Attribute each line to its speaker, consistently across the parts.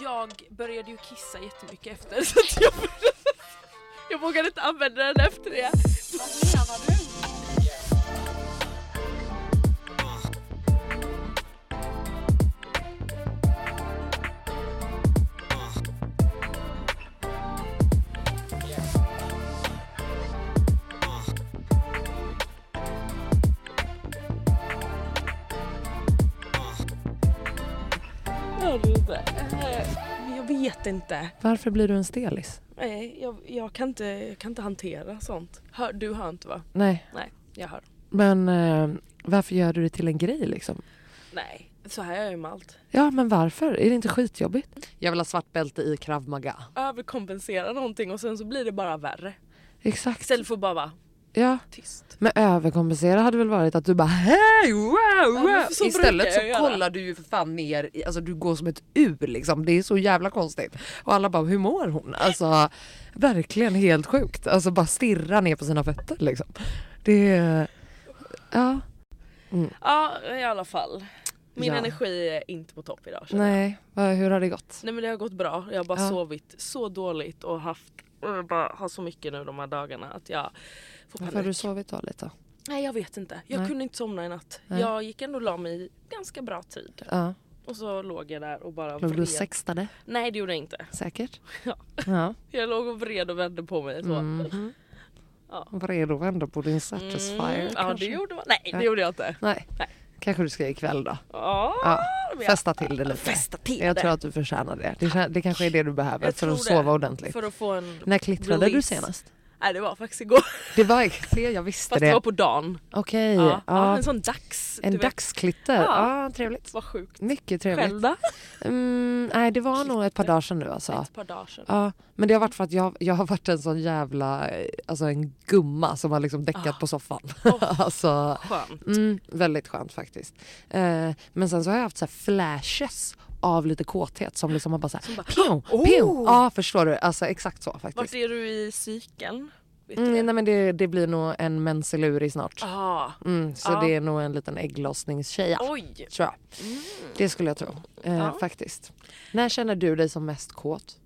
Speaker 1: Jag började ju kissa jättemycket efter så att jag, jag vågade inte använda den efter det. Men Eh, jag vet inte.
Speaker 2: Varför blir du en stelis?
Speaker 1: Nej, jag, jag, kan inte jag kan inte hantera sånt. Hör, du hör inte va?
Speaker 2: Nej,
Speaker 1: Jag hör.
Speaker 2: men eh, varför gör du det till en grej liksom?
Speaker 1: Nej, så här är jag ju med allt.
Speaker 2: Ja, men varför? Är det inte skitjobbigt? Jag vill ha svart bälte i krav maga.
Speaker 1: Överkompensera någonting och sen så blir det bara värre.
Speaker 2: Exakt.
Speaker 1: Istället för att bara vara
Speaker 2: Ja,
Speaker 1: tyst.
Speaker 2: men överkompensera hade väl varit att du bara hej, wow, wow.
Speaker 1: men för så brukar
Speaker 2: Istället så
Speaker 1: jag göra.
Speaker 2: kollar du ju för fan ner, i- alltså du går som ett ur liksom. Det är så jävla konstigt. Och alla bara, hur mår hon? Alltså verkligen helt sjukt. Alltså bara stirra ner på sina fötter liksom. Det är, ja,
Speaker 1: Ja, i alla fall. Min
Speaker 2: Ja.
Speaker 1: energi är inte på topp idag känner jag.
Speaker 2: nej, vad- hur har det gått?
Speaker 1: Nej men det har gått bra. Jag har bara
Speaker 2: Ja.
Speaker 1: sovit så dåligt och haft och jag bara har så mycket nu de här dagarna att jag får
Speaker 2: Varför har du
Speaker 1: panik.
Speaker 2: sovit dåligt då?
Speaker 1: Nej jag vet inte. Jag
Speaker 2: Nej.
Speaker 1: kunde inte somna i natt.
Speaker 2: Nej.
Speaker 1: Jag gick ändå och la mig i ganska bra tid.
Speaker 2: Ja,
Speaker 1: Och så låg jag där och bara
Speaker 2: blev du
Speaker 1: vred.
Speaker 2: sextade
Speaker 1: Nej det gjorde jag inte.
Speaker 2: säkert?
Speaker 1: Ja.
Speaker 2: ja.
Speaker 1: Jag låg och vred och vände på mig. Så.
Speaker 2: Mhm.
Speaker 1: Ja.
Speaker 2: Var redo att vända på din satisfier
Speaker 1: Mm, ja
Speaker 2: kanske?
Speaker 1: det gjorde man. Nej
Speaker 2: Ja.
Speaker 1: det gjorde jag inte.
Speaker 2: Nej.
Speaker 1: Nej.
Speaker 2: Kanske du ska göra ikväll då?
Speaker 1: Ja,
Speaker 2: Ja,
Speaker 1: men jag-
Speaker 2: festa till det lite.
Speaker 1: Festa till
Speaker 2: jag
Speaker 1: det.
Speaker 2: tror att du förtjänar det. Det, kän- det kanske är det du behöver
Speaker 1: Jag
Speaker 2: för att
Speaker 1: tror det.
Speaker 2: sova ordentligt.
Speaker 1: För att få en...
Speaker 2: När klittrade du
Speaker 1: release.
Speaker 2: senast?
Speaker 1: Nej det var faktiskt igår.
Speaker 2: Det var, se jag visste
Speaker 1: Fast det
Speaker 2: det.
Speaker 1: var på dagen.
Speaker 2: Okej,
Speaker 1: Ja,
Speaker 2: ja.
Speaker 1: ja, en sån dags. du
Speaker 2: en
Speaker 1: vet.
Speaker 2: dagsklitter.
Speaker 1: Ja.
Speaker 2: Ja. trevligt.
Speaker 1: Vad sjukt.
Speaker 2: Mycket
Speaker 1: Själv
Speaker 2: trevligt.
Speaker 1: då?
Speaker 2: Mm, nej, det var nog ett par dagar sedan nu alltså.
Speaker 1: Ett par dagar sedan.
Speaker 2: Ja, men det har varit för att jag, jag har varit en sån jävla, eh, alltså en gumma som har liksom däckat
Speaker 1: Ah.
Speaker 2: på soffan.
Speaker 1: Oh.
Speaker 2: alltså,
Speaker 1: Skönt.
Speaker 2: Mm, väldigt skönt faktiskt. Eh, men sen så har jag haft så här flashes av lite kåthet som liksom har bara såhär pjo, pjo. Ja förstår du, alltså exakt så
Speaker 1: Vart
Speaker 2: faktiskt.
Speaker 1: är du i cykeln? Vet du
Speaker 2: Mm,
Speaker 1: det?
Speaker 2: nej men det, det blir nog en mensiluri snart.
Speaker 1: Ah,
Speaker 2: Mm, så
Speaker 1: Ja.
Speaker 2: det är nog en liten ägglossningstjeja.
Speaker 1: oj!
Speaker 2: Tror jag.
Speaker 1: Mm.
Speaker 2: Det skulle jag tro. Eh, Faktiskt. När känner du dig som mest kåt?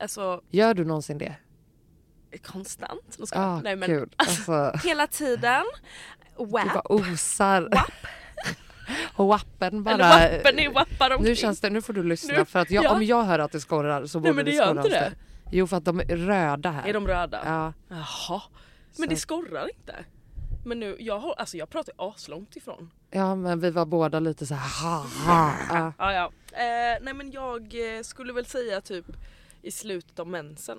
Speaker 1: Alltså
Speaker 2: Gör du någonsin det?
Speaker 1: konstant. Nu ska jag-
Speaker 2: Ja,
Speaker 1: Äh, Nej, men,
Speaker 2: gud. Alltså,
Speaker 1: Hela tiden.
Speaker 2: Ah, du
Speaker 1: Wap.
Speaker 2: bara osar. Och wappen bara.
Speaker 1: Eller wappen är wappar omkring.
Speaker 2: Nu känns det, nu får du lyssna
Speaker 1: Nu-
Speaker 2: för att jag,
Speaker 1: ja.
Speaker 2: om jag hör att det skorrar så borde
Speaker 1: men det
Speaker 2: det
Speaker 1: gör
Speaker 2: skorra
Speaker 1: inte
Speaker 2: hos
Speaker 1: det.
Speaker 2: dig. Jo för att de är röda här.
Speaker 1: Är de röda?
Speaker 2: Ja.
Speaker 1: Jaha. Men det skorrar inte. Men nu, jag, har, alltså, jag pratar ju aslångt ifrån.
Speaker 2: ja men vi var båda lite så här. Ha, ha. Ja.
Speaker 1: Ah, ja. eh, nej men jag eh, skulle väl säga typ i slutet av mensen.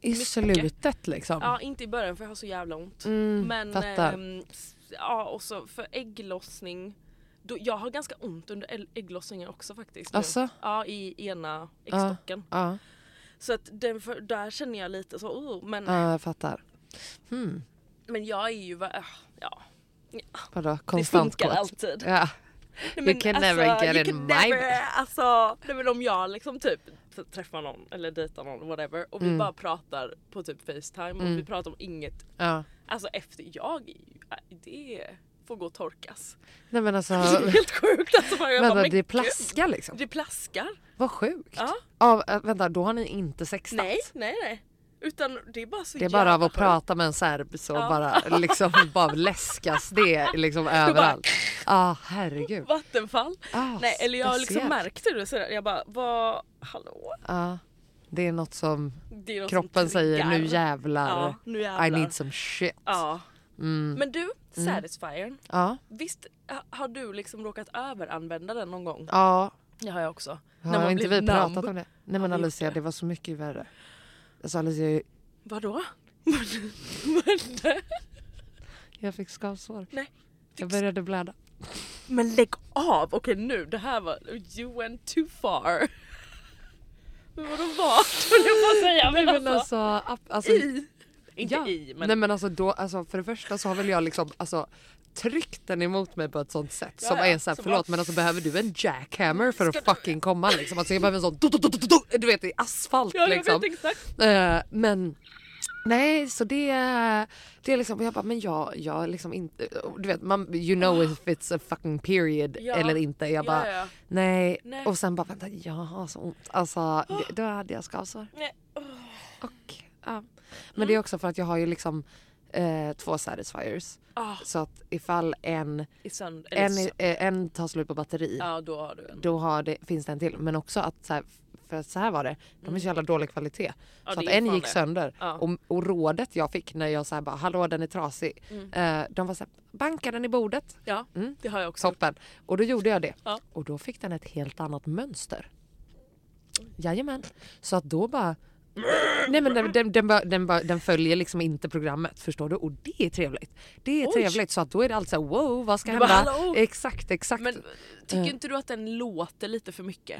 Speaker 2: I slutet liksom.
Speaker 1: Ja inte i början för jag har så jävla ont. men
Speaker 2: Mm, fattar.
Speaker 1: ehm, s- ja och så för ägglossning. Då, jag har ganska ont under äl- ägglossningen också faktiskt. nu.
Speaker 2: Alltså?
Speaker 1: Ja i ena äggstocken.
Speaker 2: Ja,
Speaker 1: Så att den för, där känner jag lite så oh, men
Speaker 2: ja jag fattar. Hmm.
Speaker 1: Men jag är ju... va- äh, Ja.
Speaker 2: Vadå, konstant
Speaker 1: funkar
Speaker 2: kåt?
Speaker 1: alltid.
Speaker 2: Ja.
Speaker 1: Nej, alltså,
Speaker 2: You can never get
Speaker 1: you
Speaker 2: in
Speaker 1: can
Speaker 2: my
Speaker 1: never, alltså, nej, men om jag liksom typ träffar någon eller dejtar någon whatever och vi
Speaker 2: Mm.
Speaker 1: bara pratar på typ Facetime och vi pratar om inget.
Speaker 2: Ja.
Speaker 1: Alltså efter jag är ju, äh, det får gå och torkas.
Speaker 2: Nej men alltså,
Speaker 1: Det är helt sjukt alltså. Man, jag bara,
Speaker 2: vänta
Speaker 1: men
Speaker 2: det
Speaker 1: gud,
Speaker 2: plaskar liksom.
Speaker 1: Det plaskar.
Speaker 2: Vad sjukt.
Speaker 1: Ja.
Speaker 2: Av, äh, vänta, då har ni inte sextat?
Speaker 1: Nej, nej, nej. Utan det är bara så
Speaker 2: Det är bara av
Speaker 1: jävla
Speaker 2: att
Speaker 1: sjukt.
Speaker 2: prata med en serb så bara liksom bara läskas det liksom överallt. Ja ah, herregud.
Speaker 1: Vattenfall.
Speaker 2: Ah,
Speaker 1: nej, eller jag liksom
Speaker 2: speciellt.
Speaker 1: märkte det sådär. Jag bara, vad, hallå?
Speaker 2: Ja. Det är något som
Speaker 1: Det är något som
Speaker 2: Ah, kroppen säger nu
Speaker 1: triggar.
Speaker 2: jävlar.
Speaker 1: Ja, nu jävlar.
Speaker 2: I need some shit.
Speaker 1: Ja.
Speaker 2: Mm.
Speaker 1: Men du, Satisfyern.
Speaker 2: Ja.
Speaker 1: Visst ha- har du liksom råkat överanvända den någon gång?
Speaker 2: ja.
Speaker 1: Det har jag också.
Speaker 2: Har När inte vi
Speaker 1: blivit
Speaker 2: pratat
Speaker 1: numb.
Speaker 2: om det? Nej men
Speaker 1: vi gjort
Speaker 2: Alicia
Speaker 1: det.
Speaker 2: det var så mycket värre. Alltså Alicia jag-
Speaker 1: Vadå? men,
Speaker 2: jag fick skavsår.
Speaker 1: nej.
Speaker 2: Jag började blöda.
Speaker 1: men lägg av! Okej nu, det här var... You went too far. Men vadå vart? Vill jag bara säga. Men
Speaker 2: Men
Speaker 1: alltså,
Speaker 2: alltså, ap- alltså
Speaker 1: i. Inte
Speaker 2: Ja.
Speaker 1: i men...
Speaker 2: Nej men alltså, då, alltså för det första så har väl jag liksom alltså, tryckt den emot mig på ett sånt sätt
Speaker 1: Ja,
Speaker 2: som
Speaker 1: ja.
Speaker 2: är såhär
Speaker 1: Som
Speaker 2: förlåt
Speaker 1: bara-
Speaker 2: men alltså behöver du en jackhammer för
Speaker 1: Ska
Speaker 2: att
Speaker 1: du-
Speaker 2: fucking komma liksom. Alltså jag behöver en sån do, do, do, do, do, du vet i asfalt
Speaker 1: ja, jag
Speaker 2: liksom.
Speaker 1: vet exakt.
Speaker 2: Eh, men nej så det, det är liksom, jag bara men jag, jag liksom inte, du vet man, you know if it's a fucking period
Speaker 1: Ah. Ja.
Speaker 2: eller inte.
Speaker 1: Ja,
Speaker 2: Jag bara
Speaker 1: ja.
Speaker 2: Nej.
Speaker 1: Nej.
Speaker 2: och sen bara vänta jag har så ont. Alltså det, då hade jag skavsår.
Speaker 1: Nej.
Speaker 2: Och, ja. Men det är
Speaker 1: Mm.
Speaker 2: också för att jag har ju liksom eh, två satisfiers.
Speaker 1: Ah.
Speaker 2: Så att ifall en,
Speaker 1: I sönd... eller
Speaker 2: en,
Speaker 1: sö-
Speaker 2: eh, en tar slut på batteri
Speaker 1: Ja då har du en.
Speaker 2: då har det, finns det en till. Men också att så här, för att så här var det, de är så jävla dålig kvalitet.
Speaker 1: Mm. Ja,
Speaker 2: så
Speaker 1: det
Speaker 2: att
Speaker 1: är
Speaker 2: en
Speaker 1: fan
Speaker 2: gick
Speaker 1: det.
Speaker 2: sönder
Speaker 1: Ja.
Speaker 2: och, och rådet jag fick när jag så här bara hallå den är trasig.
Speaker 1: Mm.
Speaker 2: Eh, de var så här, banka den i bordet.
Speaker 1: Ja,
Speaker 2: Mm.
Speaker 1: det har jag också.
Speaker 2: Toppen. Och då gjorde jag det.
Speaker 1: Ja.
Speaker 2: Och då fick den ett helt annat mönster. Jajamän. Så att då bara... Nej men den, den, den, bara- den, bara- den följer liksom inte programmet förstår du och det är trevligt. Det är
Speaker 1: Oj.
Speaker 2: trevligt så att då är det alltså wow vad ska
Speaker 1: Du bara,
Speaker 2: hända?
Speaker 1: "Hallå?"
Speaker 2: exakt exakt.
Speaker 1: Men tycker inte du att den låter lite för mycket?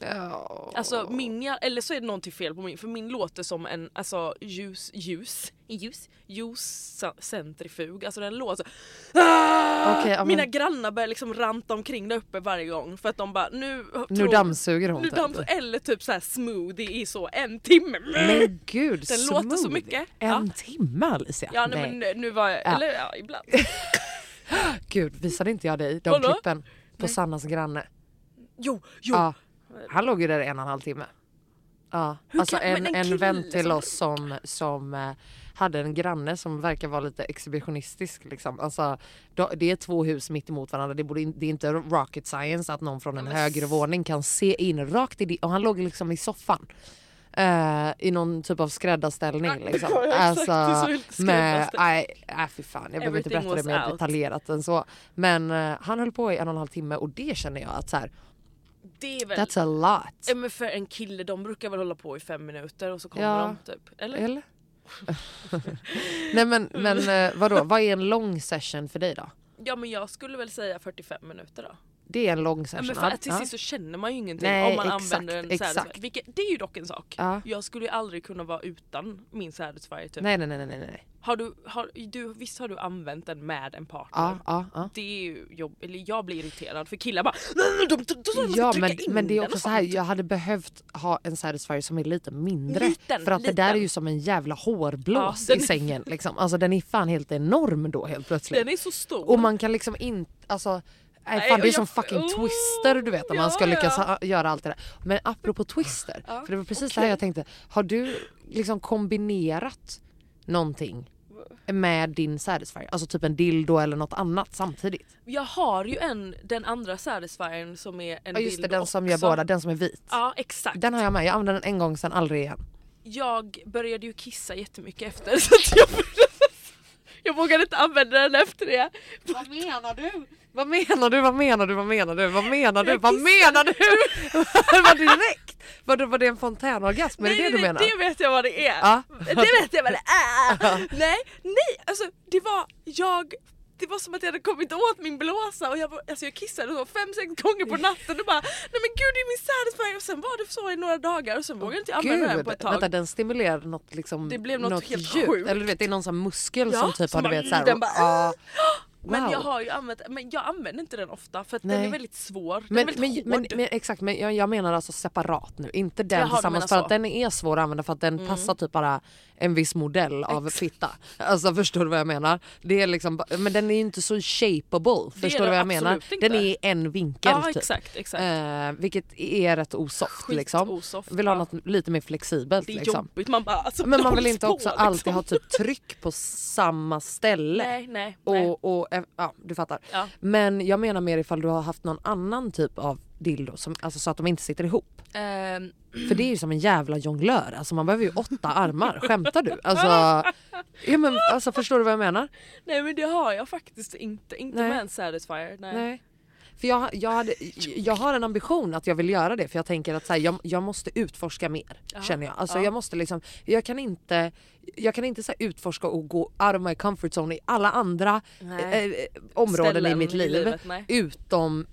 Speaker 2: Ja.
Speaker 1: Alltså min, jag- eller så är det någonting fel på min, för min låter som en alltså, ljus, ljus, ljus, ljuscentrifug. Alltså den låter ah!
Speaker 2: Okej, ja, men-
Speaker 1: Mina grannar börjar liksom ranta omkring där uppe varje gång för att de bara nu...
Speaker 2: nu dammsuger hon
Speaker 1: nu
Speaker 2: typ.
Speaker 1: dammsug, Eller typ såhär smoothie i så en timme.
Speaker 2: Men gud
Speaker 1: Den låter så
Speaker 2: smooth.
Speaker 1: mycket.
Speaker 2: En
Speaker 1: Ja.
Speaker 2: timme Alicia.
Speaker 1: Ja nej, men nu- nu var jag,
Speaker 2: Ja.
Speaker 1: eller ja ibland.
Speaker 2: Gud visade inte jag dig de
Speaker 1: Vadå?
Speaker 2: klippen på Sannas granne?
Speaker 1: Jo, jo.
Speaker 2: Ja. Han låg ju där i en och en halv timme. Ja. Alltså
Speaker 1: kan- men
Speaker 2: en,
Speaker 1: en
Speaker 2: en,
Speaker 1: kille
Speaker 2: vän till
Speaker 1: som-
Speaker 2: oss som, som eh, hade en granne som verkar vara lite exhibitionistisk. Liksom. Alltså, då- det är två hus mitt emot varandra. Det, borde in, det är inte rocket science att någon från en högre våning kan se in rakt i det. Och han låg liksom i soffan. eh, I någon typ av skräddarställning. Liksom.
Speaker 1: ja, exakt. Det är så helt
Speaker 2: med,
Speaker 1: skräddarställ-
Speaker 2: nej, nej, fy fan. Jag behöver inte
Speaker 1: Everything
Speaker 2: berätta det
Speaker 1: was
Speaker 2: mer
Speaker 1: out.
Speaker 2: detaljerat än så. Men eh, han höll på i en och en halv timme och det känner jag att så här,
Speaker 1: Det är väl...
Speaker 2: that's a lot.
Speaker 1: Ja, men för en kille de brukar väl hålla på i fem minuter och så kommer
Speaker 2: Ja.
Speaker 1: de typ. Eller?
Speaker 2: Eller? Nej men, men eh, vadå, vad är en lång session för dig då?
Speaker 1: Ja men jag skulle väl säga 45 minuter då.
Speaker 2: Det är en lång
Speaker 1: Ja,
Speaker 2: session.
Speaker 1: men
Speaker 2: ja.
Speaker 1: för, till sist så känner man ju ingenting
Speaker 2: Nej,
Speaker 1: om man
Speaker 2: exakt,
Speaker 1: använder en
Speaker 2: exakt.
Speaker 1: satisfier. Vilket, det är ju dock en sak.
Speaker 2: Ja.
Speaker 1: Jag skulle ju aldrig kunna vara utan min satisfier typ.
Speaker 2: Nej nej nej nej. nej, nej.
Speaker 1: Har du, har, du, visst har du använt den med en partner?
Speaker 2: Ja, ja, ja.
Speaker 1: Det är ju jobb, eller jag blir irriterad för killar bara nej, nej, de, de, de, de,
Speaker 2: Ja
Speaker 1: trycka
Speaker 2: men,
Speaker 1: in
Speaker 2: men det är
Speaker 1: den
Speaker 2: också
Speaker 1: och
Speaker 2: så här,
Speaker 1: sånt."
Speaker 2: jag hade behövt ha en satisfier som är lite mindre.
Speaker 1: Liten,
Speaker 2: för att det där är
Speaker 1: liten.
Speaker 2: ju som en jävla hårblås
Speaker 1: Ja, den-
Speaker 2: i sängen. Liksom. Alltså den är fan helt enorm då helt plötsligt.
Speaker 1: Den är så stor.
Speaker 2: Och man kan liksom inte, alltså Nej,
Speaker 1: Nej,
Speaker 2: fan, det är
Speaker 1: och
Speaker 2: som
Speaker 1: jag-
Speaker 2: fucking
Speaker 1: oh,
Speaker 2: twister du vet om man ska
Speaker 1: ja,
Speaker 2: lyckas
Speaker 1: ja.
Speaker 2: ha, göra allt det där. Men apropå twister, för det var precis det här jag tänkte. Har du liksom kombinerat någonting med din satisfier? Alltså typ en dildo eller något annat samtidigt?
Speaker 1: Jag har ju en, den andra satisfiern som är en
Speaker 2: Ja just det,
Speaker 1: dildo
Speaker 2: den som gör
Speaker 1: också.
Speaker 2: båda, den som är vit.
Speaker 1: Ja exakt.
Speaker 2: Den har jag med, jag använder den en gång sen aldrig igen.
Speaker 1: jag började ju kissa jättemycket efter så att jag, jag vågade inte använda den efter det.
Speaker 2: Vad menar du? Vad menar du? Vad menar du? Vad menar du? Vad menar du? Vad menar du? Vad direkt? Var det, var det en fontänorgasm? Är det det du menar?
Speaker 1: Det vet jag vad det är.
Speaker 2: Ja.
Speaker 1: Det vet jag vad det är. nej, nej, alltså det var jag det var som att jag hade kommit åt min blåsa och jag, var- alltså jag kissade så fem, sex gånger på natten och bara nej men gud det är min satisfier och sen var det så i några dagar och sen vågade inte jag använda den på ett tag.
Speaker 2: Vänta, den stimulerar något, liksom,
Speaker 1: Det blev något helt
Speaker 2: djupt.
Speaker 1: sjukt.
Speaker 2: Eller du vet, det är någon sån här muskel
Speaker 1: Ja,
Speaker 2: som typ
Speaker 1: som
Speaker 2: har du
Speaker 1: bara-
Speaker 2: vet såhär...
Speaker 1: den bara-
Speaker 2: ja.
Speaker 1: Men
Speaker 2: Wow.
Speaker 1: jag har ju använt, men jag använder inte den ofta för att den
Speaker 2: Nej.
Speaker 1: är väldigt svår. Den
Speaker 2: Men,
Speaker 1: är
Speaker 2: men,
Speaker 1: väldigt
Speaker 2: men,
Speaker 1: hård.
Speaker 2: men exakt, men jag, jag menar alltså separat nu. Inte den
Speaker 1: Jaha, du
Speaker 2: tillsammans
Speaker 1: menar
Speaker 2: för
Speaker 1: så. Mm.
Speaker 2: att den är svår att använda för att den passar typ bara en viss modell av fitta. Alltså förstår du vad jag menar? Det är liksom, ba- men den är ju inte så shapeable. Förstår du
Speaker 1: den
Speaker 2: vad jag menar?
Speaker 1: absolut inte.
Speaker 2: Den är i en vinkel
Speaker 1: Ja,
Speaker 2: typ.
Speaker 1: exakt, exakt.
Speaker 2: Eh, vilket är rätt osoft liksom.
Speaker 1: Skitosoft,
Speaker 2: Vill ha
Speaker 1: ja.
Speaker 2: något lite mer flexibelt
Speaker 1: det är
Speaker 2: liksom.
Speaker 1: jobbigt, man bara alltså,
Speaker 2: Men man
Speaker 1: håll
Speaker 2: vill inte
Speaker 1: på,
Speaker 2: också
Speaker 1: liksom.
Speaker 2: alltid ha typ tryck på samma ställe.
Speaker 1: Nej, nej, nej.
Speaker 2: Och, och, eh, ja, du fattar.
Speaker 1: Ja.
Speaker 2: Men jag menar mer ifall du har haft någon annan typ av dildo som, alltså, så att de inte sitter ihop.
Speaker 1: Ehm,
Speaker 2: För det är ju som en jävla jonglör. Alltså man behöver ju åtta armar. Skämtar du? Alltså, ja, men, alltså förstår du vad jag menar?
Speaker 1: nej men det har jag faktiskt inte, inte
Speaker 2: Nej.
Speaker 1: med en satisfier. Nej.
Speaker 2: Nej. För jag, jag, hade, jag har en ambition att jag vill göra det för jag tänker att så här, jag, jag måste utforska mer. känner jag. Alltså, jag, måste liksom, jag kan inte, jag kan inte så här, utforska och gå out of my comfort zone i alla andra eh, eh, områden i
Speaker 1: Ställen
Speaker 2: mitt
Speaker 1: i
Speaker 2: liv.
Speaker 1: livet, nej. Mm.
Speaker 2: utom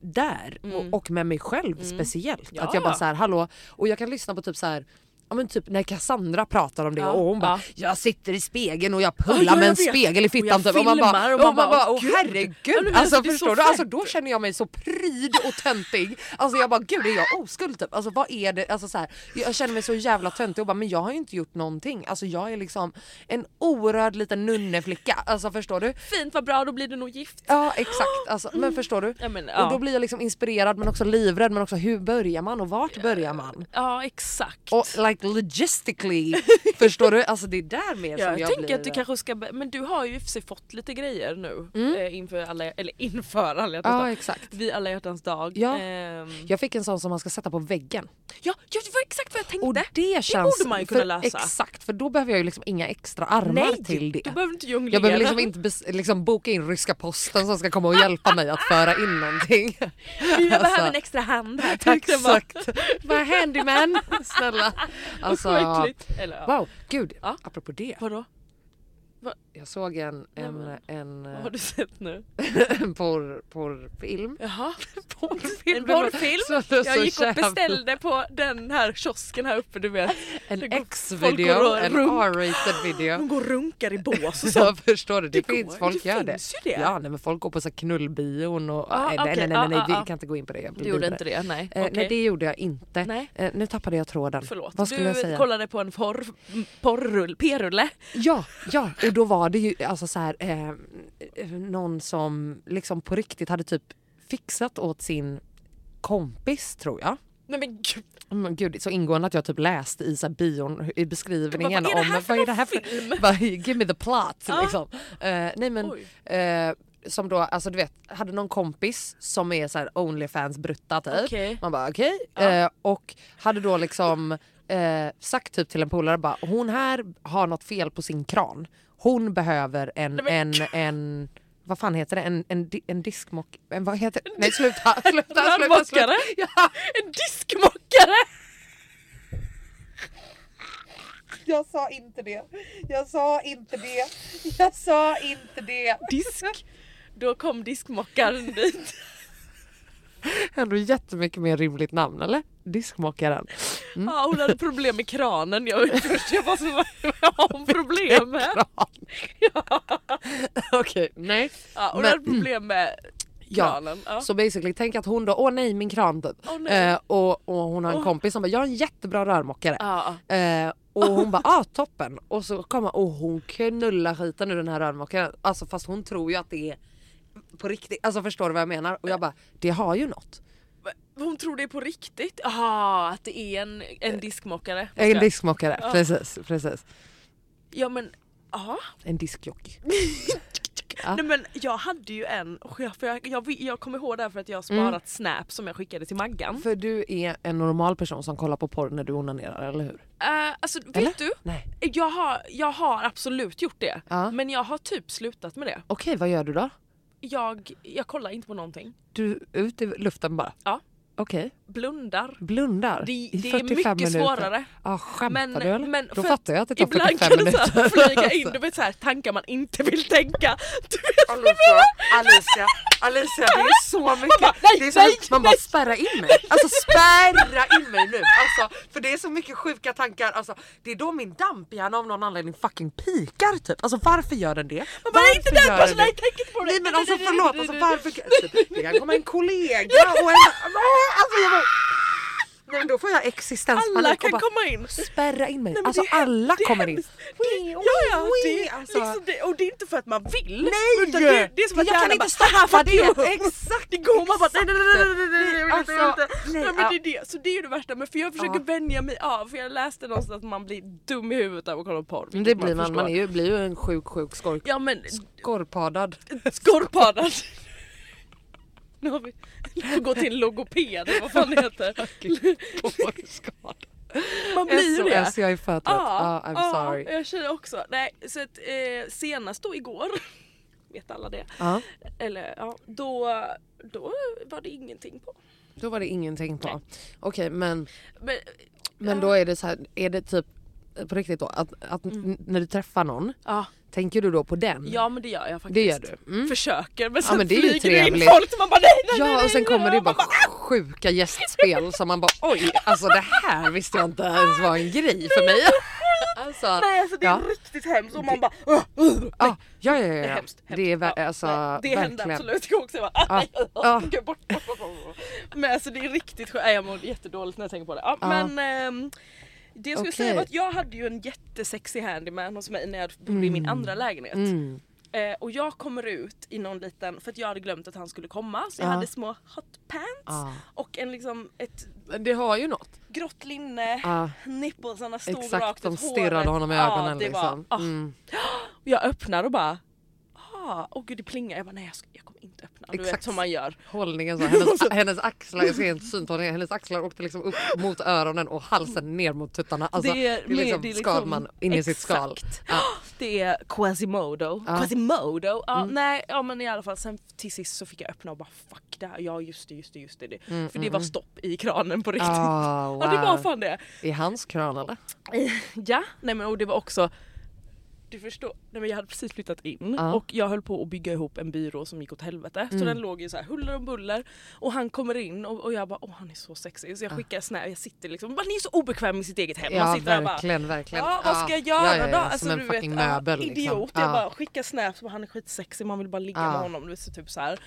Speaker 2: där och, och med mig själv speciellt. Att
Speaker 1: Ja.
Speaker 2: jag bara så här, hallå. Och jag kan lyssna på typ så här Ja men typ när Cassandra pratar om det
Speaker 1: Ja,
Speaker 2: och hon bara
Speaker 1: ja.
Speaker 2: “jag sitter i spegeln och jag
Speaker 1: Ja,
Speaker 2: pullar
Speaker 1: ja,
Speaker 2: med en
Speaker 1: jag vet.
Speaker 2: spegel i
Speaker 1: Och jag
Speaker 2: fittan” typ. och man
Speaker 1: filmar
Speaker 2: bara,
Speaker 1: och man
Speaker 2: och man
Speaker 1: bara,
Speaker 2: bara “åh
Speaker 1: gud." Ja, men
Speaker 2: herregud”.
Speaker 1: alltså,
Speaker 2: Alltså
Speaker 1: det är så
Speaker 2: förstår du? Alltså,
Speaker 1: fräckt.
Speaker 2: då känner jag mig så pryd och töntig. Alltså jag bara “gud är jag oskuld?” typ. Alltså vad är det? Alltså, så här, jag känner mig så jävla töntig och bara “men jag har ju inte gjort någonting”. Alltså jag är liksom en orörd liten nunneflicka. Alltså förstår du?
Speaker 1: Fint vad bra, då blir du nog gift.
Speaker 2: Ja exakt, alltså, men förstår du?
Speaker 1: Ja, men, ja.
Speaker 2: Och då blir jag liksom inspirerad men också livrädd men också hur börjar man och vart börjar man?
Speaker 1: Ja exakt.
Speaker 2: Och like logistically, förstår du? Alltså det är där mer
Speaker 1: Ja,
Speaker 2: som
Speaker 1: jag,
Speaker 2: jag
Speaker 1: tänker
Speaker 2: blir...
Speaker 1: att du kanske ska, be- men du har ju i och för sig fått lite grejer nu eh, inför alla, eller inför alla hjärtans
Speaker 2: Mm. Ja
Speaker 1: dag.
Speaker 2: exakt.
Speaker 1: Vid alla hjärtans dag.
Speaker 2: Ja.
Speaker 1: Ehm,
Speaker 2: Jag fick en sån som man ska sätta på väggen.
Speaker 1: ja, ja, det var exakt vad jag tänkte.
Speaker 2: Och det, känns...
Speaker 1: borde man ju kunna
Speaker 2: för,
Speaker 1: lösa.
Speaker 2: Exakt, för då behöver jag ju liksom inga extra armar
Speaker 1: Nej,
Speaker 2: till det.
Speaker 1: du behöver inte jonglera.
Speaker 2: jag behöver liksom inte bes- liksom boka in ryska posten som ska komma och hjälpa mig att föra in någonting.
Speaker 1: Vi behöver
Speaker 2: Alltså.
Speaker 1: en extra hand här. Tack så mycket.
Speaker 2: Exakt. Bara handyman, snälla. Alltså,
Speaker 1: Skitäckligt. Eller, ja.
Speaker 2: wow, gud,
Speaker 1: Ja.
Speaker 2: apropå det.
Speaker 1: Vadå?
Speaker 2: Jag såg en, en,
Speaker 1: men-
Speaker 2: en,
Speaker 1: Mm. Vad har du sett nu?
Speaker 2: en porr, porrfilm.
Speaker 1: Jaha.
Speaker 2: Porrfilm.
Speaker 1: En porrfilm?
Speaker 2: Så- så
Speaker 1: Jag gick och
Speaker 2: jävla-
Speaker 1: beställde på den här kiosken här uppe du vet. Det
Speaker 2: En
Speaker 1: går-
Speaker 2: X-video,
Speaker 1: folk går och
Speaker 2: en
Speaker 1: runkar.
Speaker 2: R-rated video.
Speaker 1: De går och runkar i bås och så.
Speaker 2: Jag förstår det,
Speaker 1: Det
Speaker 2: det,
Speaker 1: går,
Speaker 2: finns, folk
Speaker 1: det
Speaker 2: gör
Speaker 1: finns
Speaker 2: det.
Speaker 1: ju det.
Speaker 2: Ja, nej, men folk går på så här knullbion och
Speaker 1: Ah,
Speaker 2: nej,
Speaker 1: okej,
Speaker 2: nej, nej, nej, nej,
Speaker 1: ah,
Speaker 2: vi
Speaker 1: ah, ah.
Speaker 2: kan inte gå in på det. Jag blir
Speaker 1: Du gjorde
Speaker 2: vidare.
Speaker 1: inte det? Nej.
Speaker 2: Eh, Nej
Speaker 1: okej.
Speaker 2: det gjorde jag inte.
Speaker 1: Nej.
Speaker 2: Eh, nu tappade jag tråden.
Speaker 1: Förlåt.
Speaker 2: Vad skulle
Speaker 1: du
Speaker 2: jag säga?
Speaker 1: kollade på en porr, porrull, p-rulle.
Speaker 2: Ja, ja, och då var det ju alltså så här, eh, eh, någon som liksom på riktigt hade typ fixat åt sin kompis tror jag.
Speaker 1: Nej men gud.
Speaker 2: Men gud, det är så ingående att jag typ läste i så här bion, i beskrivningen
Speaker 1: Vad är det här
Speaker 2: om
Speaker 1: för
Speaker 2: vad är det här
Speaker 1: film?
Speaker 2: för vad, Give me the plot
Speaker 1: Ah.
Speaker 2: liksom. Eh, nej men eh, som då, alltså du vet, hade någon kompis som är så här Onlyfans brutta typ.
Speaker 1: Okej.
Speaker 2: Man bara okej. Eh, och hade då liksom eh, sagt typ till en polare bara hon här har något fel på sin kran. Hon behöver en,
Speaker 1: Nej, men-
Speaker 2: en, en vad fan heter det? En, en, di- en diskmock... En, vad heter Nej sluta! sluta, sluta, sluta.
Speaker 1: Rörmokare? En diskmockare!
Speaker 2: Jag sa inte det. Jag sa inte det. Jag sa inte det.
Speaker 1: Disk. Då kom diskmockaren dit.
Speaker 2: Ändå jättemycket mer rimligt namn eller? Diskmakaren. Mm.
Speaker 1: Ja, hon hade problem med kranen. Jag, först jag bara, så, vad har hon problem med?
Speaker 2: Okej, nej.
Speaker 1: Ja, hon
Speaker 2: Men-
Speaker 1: hade problem med kranen. Ja.
Speaker 2: Så basically, tänk att hon då, åh nej min kran typ.
Speaker 1: Åh, nej.
Speaker 2: Eh, och, och hon har en
Speaker 1: Åh.
Speaker 2: kompis som bara, jag har en jättebra rörmokare.
Speaker 1: Ja.
Speaker 2: Eh, och hon bara, ah toppen. Och så kommer och hon knullar skiten ur den här rörmokaren. Alltså fast hon tror ju att det är på riktigt. Alltså förstår du vad jag menar? Och jag bara, det har ju något.
Speaker 1: Hon tror det är på riktigt? Jaha, Ah, att det är en, en diskmockare.
Speaker 2: En diskmakare, precis, precis.
Speaker 1: Ja men, ja.
Speaker 2: En diskjockey.
Speaker 1: Mm. Nej men jag hade ju en, för jag, jag, jag kommer ihåg det här för att jag har sparat snap som jag skickade till Maggan.
Speaker 2: För du är en normal person som kollar på porr när du onanerar, eller hur?
Speaker 1: Eh, alltså vet
Speaker 2: Eller?
Speaker 1: du?
Speaker 2: Nej.
Speaker 1: Jag har, jag har absolut gjort det.
Speaker 2: Ja.
Speaker 1: Men jag har typ slutat med det.
Speaker 2: Okej, vad gör du då?
Speaker 1: Jag, jag kollar inte på någonting.
Speaker 2: Du ut i luften bara?
Speaker 1: Ja.
Speaker 2: Okej.
Speaker 1: blundar.
Speaker 2: Blundar
Speaker 1: Det,
Speaker 2: i
Speaker 1: det är
Speaker 2: 45
Speaker 1: mycket
Speaker 2: minuter.
Speaker 1: svårare.
Speaker 2: Ja, skämtar
Speaker 1: Men-
Speaker 2: du eller?
Speaker 1: men
Speaker 2: Då
Speaker 1: för-
Speaker 2: fattar jag att det tar
Speaker 1: Ibland
Speaker 2: 45
Speaker 1: kan du så här
Speaker 2: minuter.
Speaker 1: flyga in du vet, så här, tankar man inte vill tänka. Du vet,
Speaker 2: Alltså,
Speaker 3: Alicia, Alicia, Alicia det är så mycket.
Speaker 1: nej,
Speaker 3: Det är så mycket.
Speaker 1: nej,
Speaker 3: Man bara spärra in mig. Alltså spärra in mig nu. Alltså, för det är så mycket sjuka tankar. Alltså, det är då min damphjärna av någon anledning fucking pikar typ. Alltså varför gör den det?
Speaker 1: man bara, inte
Speaker 3: Varför
Speaker 1: den
Speaker 3: gör
Speaker 1: personen,
Speaker 3: det?
Speaker 1: jag tänker inte på det.
Speaker 3: Nej men alltså förlåt, alltså, varför? Typ, det kan komma en kollega och en... Nej, Alltså, jag bara... Nej men då får jag existenspanik.
Speaker 1: Alla
Speaker 3: och
Speaker 1: kan
Speaker 3: bara,
Speaker 1: komma in.
Speaker 2: Spärra in mig.
Speaker 1: Nej, men
Speaker 2: alltså
Speaker 1: det är hem-
Speaker 2: alla
Speaker 1: det är
Speaker 2: kommer in.
Speaker 1: hemskt. Det- Ja, ja, det,
Speaker 3: alltså.
Speaker 1: liksom det, och det är inte för att man vill.
Speaker 3: Nej!
Speaker 1: Utan det, det är som att
Speaker 3: jag kan
Speaker 1: hjärnan
Speaker 3: inte
Speaker 1: bara, "Haha,
Speaker 3: stoppa
Speaker 1: fuck you."
Speaker 3: det! Exakt!
Speaker 1: Det går man bara nej nej nej nej nej nej nej, nej,
Speaker 3: Alltså,
Speaker 1: nej, nej, nej,
Speaker 3: nej,
Speaker 1: nej men
Speaker 3: ja.
Speaker 1: det är det. Så det är ju det värsta men för jag försöker vänja mig av för jag läste någonstans att man blir dum i huvudet av att kolla på porr.
Speaker 2: Men det
Speaker 1: vilket
Speaker 2: blir man,
Speaker 1: förstår.
Speaker 2: man är ju, blir ju en sjuk sjuk skorp,
Speaker 1: Ja men
Speaker 2: skorpadad.
Speaker 1: skorpadad. Nu har vi gå till en logoped eller vad fan det heter.
Speaker 2: Skorpad.
Speaker 1: Man blir ju det.
Speaker 2: SOS, jag är fattat. Ah, I'm
Speaker 1: ja,
Speaker 2: sorry.
Speaker 1: jag känner också. Nej, så att, eh, senast då igår, vet alla det,
Speaker 2: Ja,
Speaker 1: eller ja, då, då var det ingenting på.
Speaker 2: då var det ingenting på. Okej men,
Speaker 1: Men,
Speaker 2: men då är det så här, är det typ på riktigt då att, att n- när du träffar någon,
Speaker 1: ja,
Speaker 2: tänker du då på den?
Speaker 1: Mm. ja men det gör jag faktiskt.
Speaker 2: Det gör du. Mm.
Speaker 1: Försöker men sen
Speaker 2: men det är ju
Speaker 1: flyger det in
Speaker 2: trevligt.
Speaker 1: folk och man bara nej nej nej,
Speaker 2: Ja
Speaker 1: nej
Speaker 2: och sen kommer det
Speaker 1: nej. "Ah,
Speaker 2: ju bara sjuka gästspel som man bara oj alltså det här visste jag inte ens var en grej för mig. Alltså,
Speaker 1: Nej alltså det är
Speaker 2: ja.
Speaker 1: riktigt hemskt och man bara "Åh, åh."
Speaker 2: Ja, ja, ja, ja,
Speaker 1: Det är
Speaker 2: ja.
Speaker 1: hemskt. hemskt.
Speaker 2: Det är ver-
Speaker 1: Ja,
Speaker 2: alltså,
Speaker 1: nej, det hände
Speaker 2: verkligen.
Speaker 1: absolut. Jag också bara, ah,
Speaker 2: Ja,
Speaker 1: nej,
Speaker 2: ja.
Speaker 1: Gud, bort, bort, bort, bort. Men alltså det är riktigt skönt. Nej, Jag mår jättedåligt när jag tänker på det. Ja,
Speaker 2: Ja.
Speaker 1: Men ehm, det jag skulle säga
Speaker 2: Okej.
Speaker 1: var att jag hade ju en jättesexy handyman hos mig när jag bodde i
Speaker 2: Mm.
Speaker 1: min andra lägenhet. Eh, och jag kommer ut i någon liten, för att jag hade glömt att han skulle komma så jag
Speaker 2: Ja.
Speaker 1: hade små hot pants
Speaker 2: Ja.
Speaker 1: och en liksom ett
Speaker 2: Men Det har ju något.
Speaker 1: grått linne,
Speaker 2: Ja.
Speaker 1: nipplesarna stod
Speaker 2: Exakt,
Speaker 1: rakt
Speaker 2: de
Speaker 1: åt
Speaker 2: stirrade
Speaker 1: håret.
Speaker 2: honom i
Speaker 1: Ja,
Speaker 2: ögonen
Speaker 1: det var-
Speaker 2: liksom.
Speaker 1: ah.
Speaker 2: Mm.
Speaker 1: Och jag öppnar och bara ah, åh gud det plingar. Jag bara nej jag, ska, jag kommer inte öppna. Du vet
Speaker 2: Exakt.
Speaker 1: som man gör.
Speaker 2: Hållningen så, hennes, hennes axlar, jag ser inte syntolkningen, hennes axlar åkte liksom upp mot öronen och halsen ner mot tuttarna. Alltså, det, är
Speaker 1: mer-
Speaker 2: liksom
Speaker 1: det är liksom-
Speaker 2: Skalman in i sitt skal.
Speaker 1: Exakt.
Speaker 2: Ja.
Speaker 1: Det är Quasimodo.
Speaker 2: Ah. Ja. Mm.
Speaker 1: Quasimodo! Ja, Nej ja, men i alla fall sen till sist så fick jag öppna och bara fuck det här. Ja just det just det just det. För det var stopp i kranen på riktigt.
Speaker 2: Mm, Ah,
Speaker 1: Ja det var
Speaker 2: wow.
Speaker 1: fan det.
Speaker 2: I hans kran eller?
Speaker 1: Ja, nej men och det var också du förstår, nej men jag hade precis flyttat in
Speaker 2: Ja. Mm.
Speaker 1: och jag höll på att bygga ihop en byrå som gick åt helvete. Så den låg ju så här huller om buller och han kommer in och, och jag bara åh han är så sexig så jag skickar snäv, jag sitter liksom, bara, ni är så obekväm i sitt eget hem.
Speaker 2: Ah. Ja,
Speaker 1: man sitter där och
Speaker 2: verkligen, verkligen.
Speaker 1: Ja, vad ska jag göra
Speaker 2: Ja, ja, ja,
Speaker 1: då? Alltså,
Speaker 2: som en
Speaker 1: du
Speaker 2: fucking
Speaker 1: ja,
Speaker 2: möbel, liksom.
Speaker 1: Idiot, jag
Speaker 2: Ja.
Speaker 1: bara skickar snaps och han är skitsexig man vill bara ligga
Speaker 2: Ja.
Speaker 1: med honom. Du vet, så typ så här.